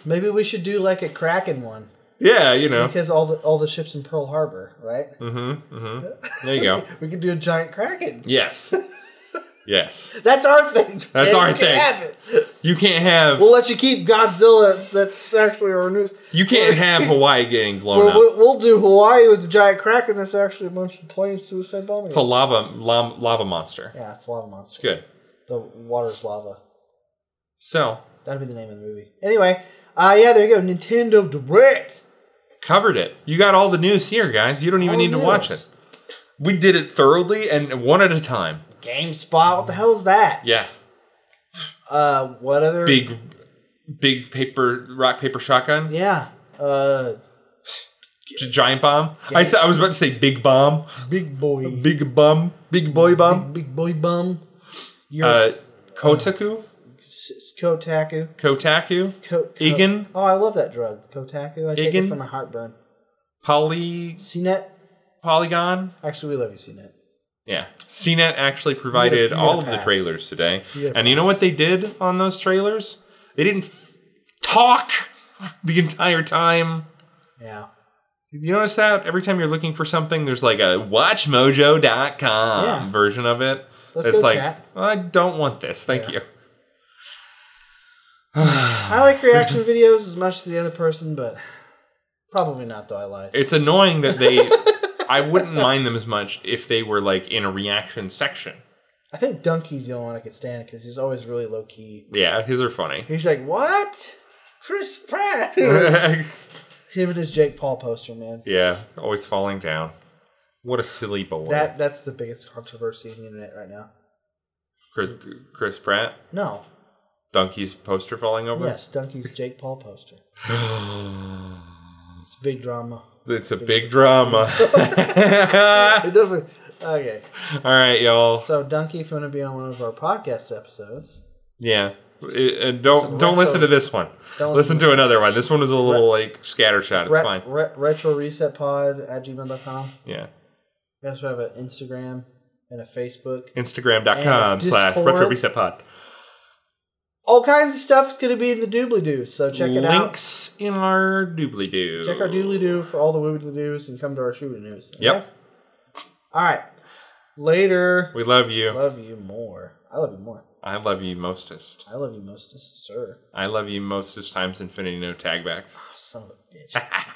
[SPEAKER 2] Maybe we should do like a Kraken one
[SPEAKER 1] yeah, you know.
[SPEAKER 2] because all the all the ships in Pearl Harbor, right?
[SPEAKER 1] Mm-hmm. Mm-hmm. There you go.
[SPEAKER 2] We could do a giant Kraken.
[SPEAKER 1] Yes. Yes.
[SPEAKER 2] That's our thing.
[SPEAKER 1] That's our
[SPEAKER 2] You can
[SPEAKER 1] thing.
[SPEAKER 2] have it.
[SPEAKER 1] You can't have
[SPEAKER 2] We'll let you keep Godzilla. That's actually our news.
[SPEAKER 1] you can't have Hawaii getting blown
[SPEAKER 2] We'll,
[SPEAKER 1] up.
[SPEAKER 2] we'll, we'll do Hawaii with the giant Kraken. That's actually a bunch of plane suicide bombing.
[SPEAKER 1] It's a lava lava, lava monster.
[SPEAKER 2] yeah, it's a lava
[SPEAKER 1] It's
[SPEAKER 2] monster.
[SPEAKER 1] good.
[SPEAKER 2] The water's lava.
[SPEAKER 1] So
[SPEAKER 2] That'd be the name of the movie. Anyway, uh, yeah, there you go. Nintendo Direct.
[SPEAKER 1] covered it. You got all the news here, guys. You don't even
[SPEAKER 2] All
[SPEAKER 1] need
[SPEAKER 2] the
[SPEAKER 1] to watch
[SPEAKER 2] news.
[SPEAKER 1] it. We did it thoroughly and one at a time.
[SPEAKER 2] GameSpot. What the hell's that?
[SPEAKER 1] Yeah.
[SPEAKER 2] Uh, what other?
[SPEAKER 1] Big big paper rock paper shotgun.
[SPEAKER 2] Yeah. Uh,
[SPEAKER 1] G- giant bomb. I said I was about to say big bomb.
[SPEAKER 2] big boy.
[SPEAKER 1] Big bum. Big boy bomb.
[SPEAKER 2] Big, big boy bum. Your
[SPEAKER 1] Uh Kotaku?
[SPEAKER 2] s- s- Kotaku.
[SPEAKER 1] Kotaku?
[SPEAKER 2] Ko- ko-
[SPEAKER 1] Egan?
[SPEAKER 2] Oh, I love that drug. Kotaku. I take it
[SPEAKER 1] Egan?
[SPEAKER 2] for my heartburn.
[SPEAKER 1] Poly
[SPEAKER 2] CNET.
[SPEAKER 1] Polygon?
[SPEAKER 2] Actually, we love you, CNET.
[SPEAKER 1] Yeah. CNET actually provided
[SPEAKER 2] You gotta- you
[SPEAKER 1] all
[SPEAKER 2] gotta
[SPEAKER 1] of the
[SPEAKER 2] pass.
[SPEAKER 1] trailers today.
[SPEAKER 2] You gotta
[SPEAKER 1] and you know what they did on those trailers? They didn't f- talk the entire time.
[SPEAKER 2] Yeah.
[SPEAKER 1] You notice that? Every time you're looking for something, there's like a watchmojo.com
[SPEAKER 2] Yeah.
[SPEAKER 1] version of it.
[SPEAKER 2] Let's
[SPEAKER 1] it's
[SPEAKER 2] go
[SPEAKER 1] like,
[SPEAKER 2] chat.
[SPEAKER 1] I don't want this. Thank you.
[SPEAKER 2] I like reaction videos as much as the other person, but probably not. Though I lied.
[SPEAKER 1] It's annoying that they. I wouldn't mind them as much if they were like in a reaction section.
[SPEAKER 2] I think Donkey's the only one I could stand because he's always really low key.
[SPEAKER 1] Yeah, his are funny.
[SPEAKER 2] He's like, "What, Chris Pratt?" Him
[SPEAKER 1] yeah,
[SPEAKER 2] and his Jake Paul poster, man.
[SPEAKER 1] always falling down. What a silly boy.
[SPEAKER 2] That that's the biggest controversy in the internet right now.
[SPEAKER 1] Chris, Chris Pratt,
[SPEAKER 2] No,
[SPEAKER 1] Donkey's poster falling over.
[SPEAKER 2] yes, Donkey's Jake Paul poster. It's big drama.
[SPEAKER 1] It's a big drama.
[SPEAKER 2] It doesn't- okay,
[SPEAKER 1] All right, y'all.
[SPEAKER 2] so Donkey, if you want to be on one of our podcast episodes,
[SPEAKER 1] Yeah, It- and don't
[SPEAKER 2] Some
[SPEAKER 1] don't listen
[SPEAKER 2] retro-
[SPEAKER 1] to this one.
[SPEAKER 2] Don't
[SPEAKER 1] listen to another one. This one is a little like scattershot. It's
[SPEAKER 2] re-
[SPEAKER 1] fine.
[SPEAKER 2] re- retro reset pod at gmail.com.
[SPEAKER 1] Yeah.
[SPEAKER 2] We also have an Instagram and a Facebook.
[SPEAKER 1] Instagram.com
[SPEAKER 2] And
[SPEAKER 1] slash
[SPEAKER 2] Discord.
[SPEAKER 1] retro reset pod.
[SPEAKER 2] All kinds of stuff's gonna be in the doobly doo, so check it out.
[SPEAKER 1] Links in our doobly doo.
[SPEAKER 2] Check our doobly doo for all the woobly doos and come to our shooting news. okay?
[SPEAKER 1] Yep.
[SPEAKER 2] All right. Later.
[SPEAKER 1] We love you.
[SPEAKER 2] Love you more. I love you more.
[SPEAKER 1] I love you mostest.
[SPEAKER 2] I love you most, sir.
[SPEAKER 1] I love you mostest times infinity no tagbacks.
[SPEAKER 2] Oh, son of a bitch.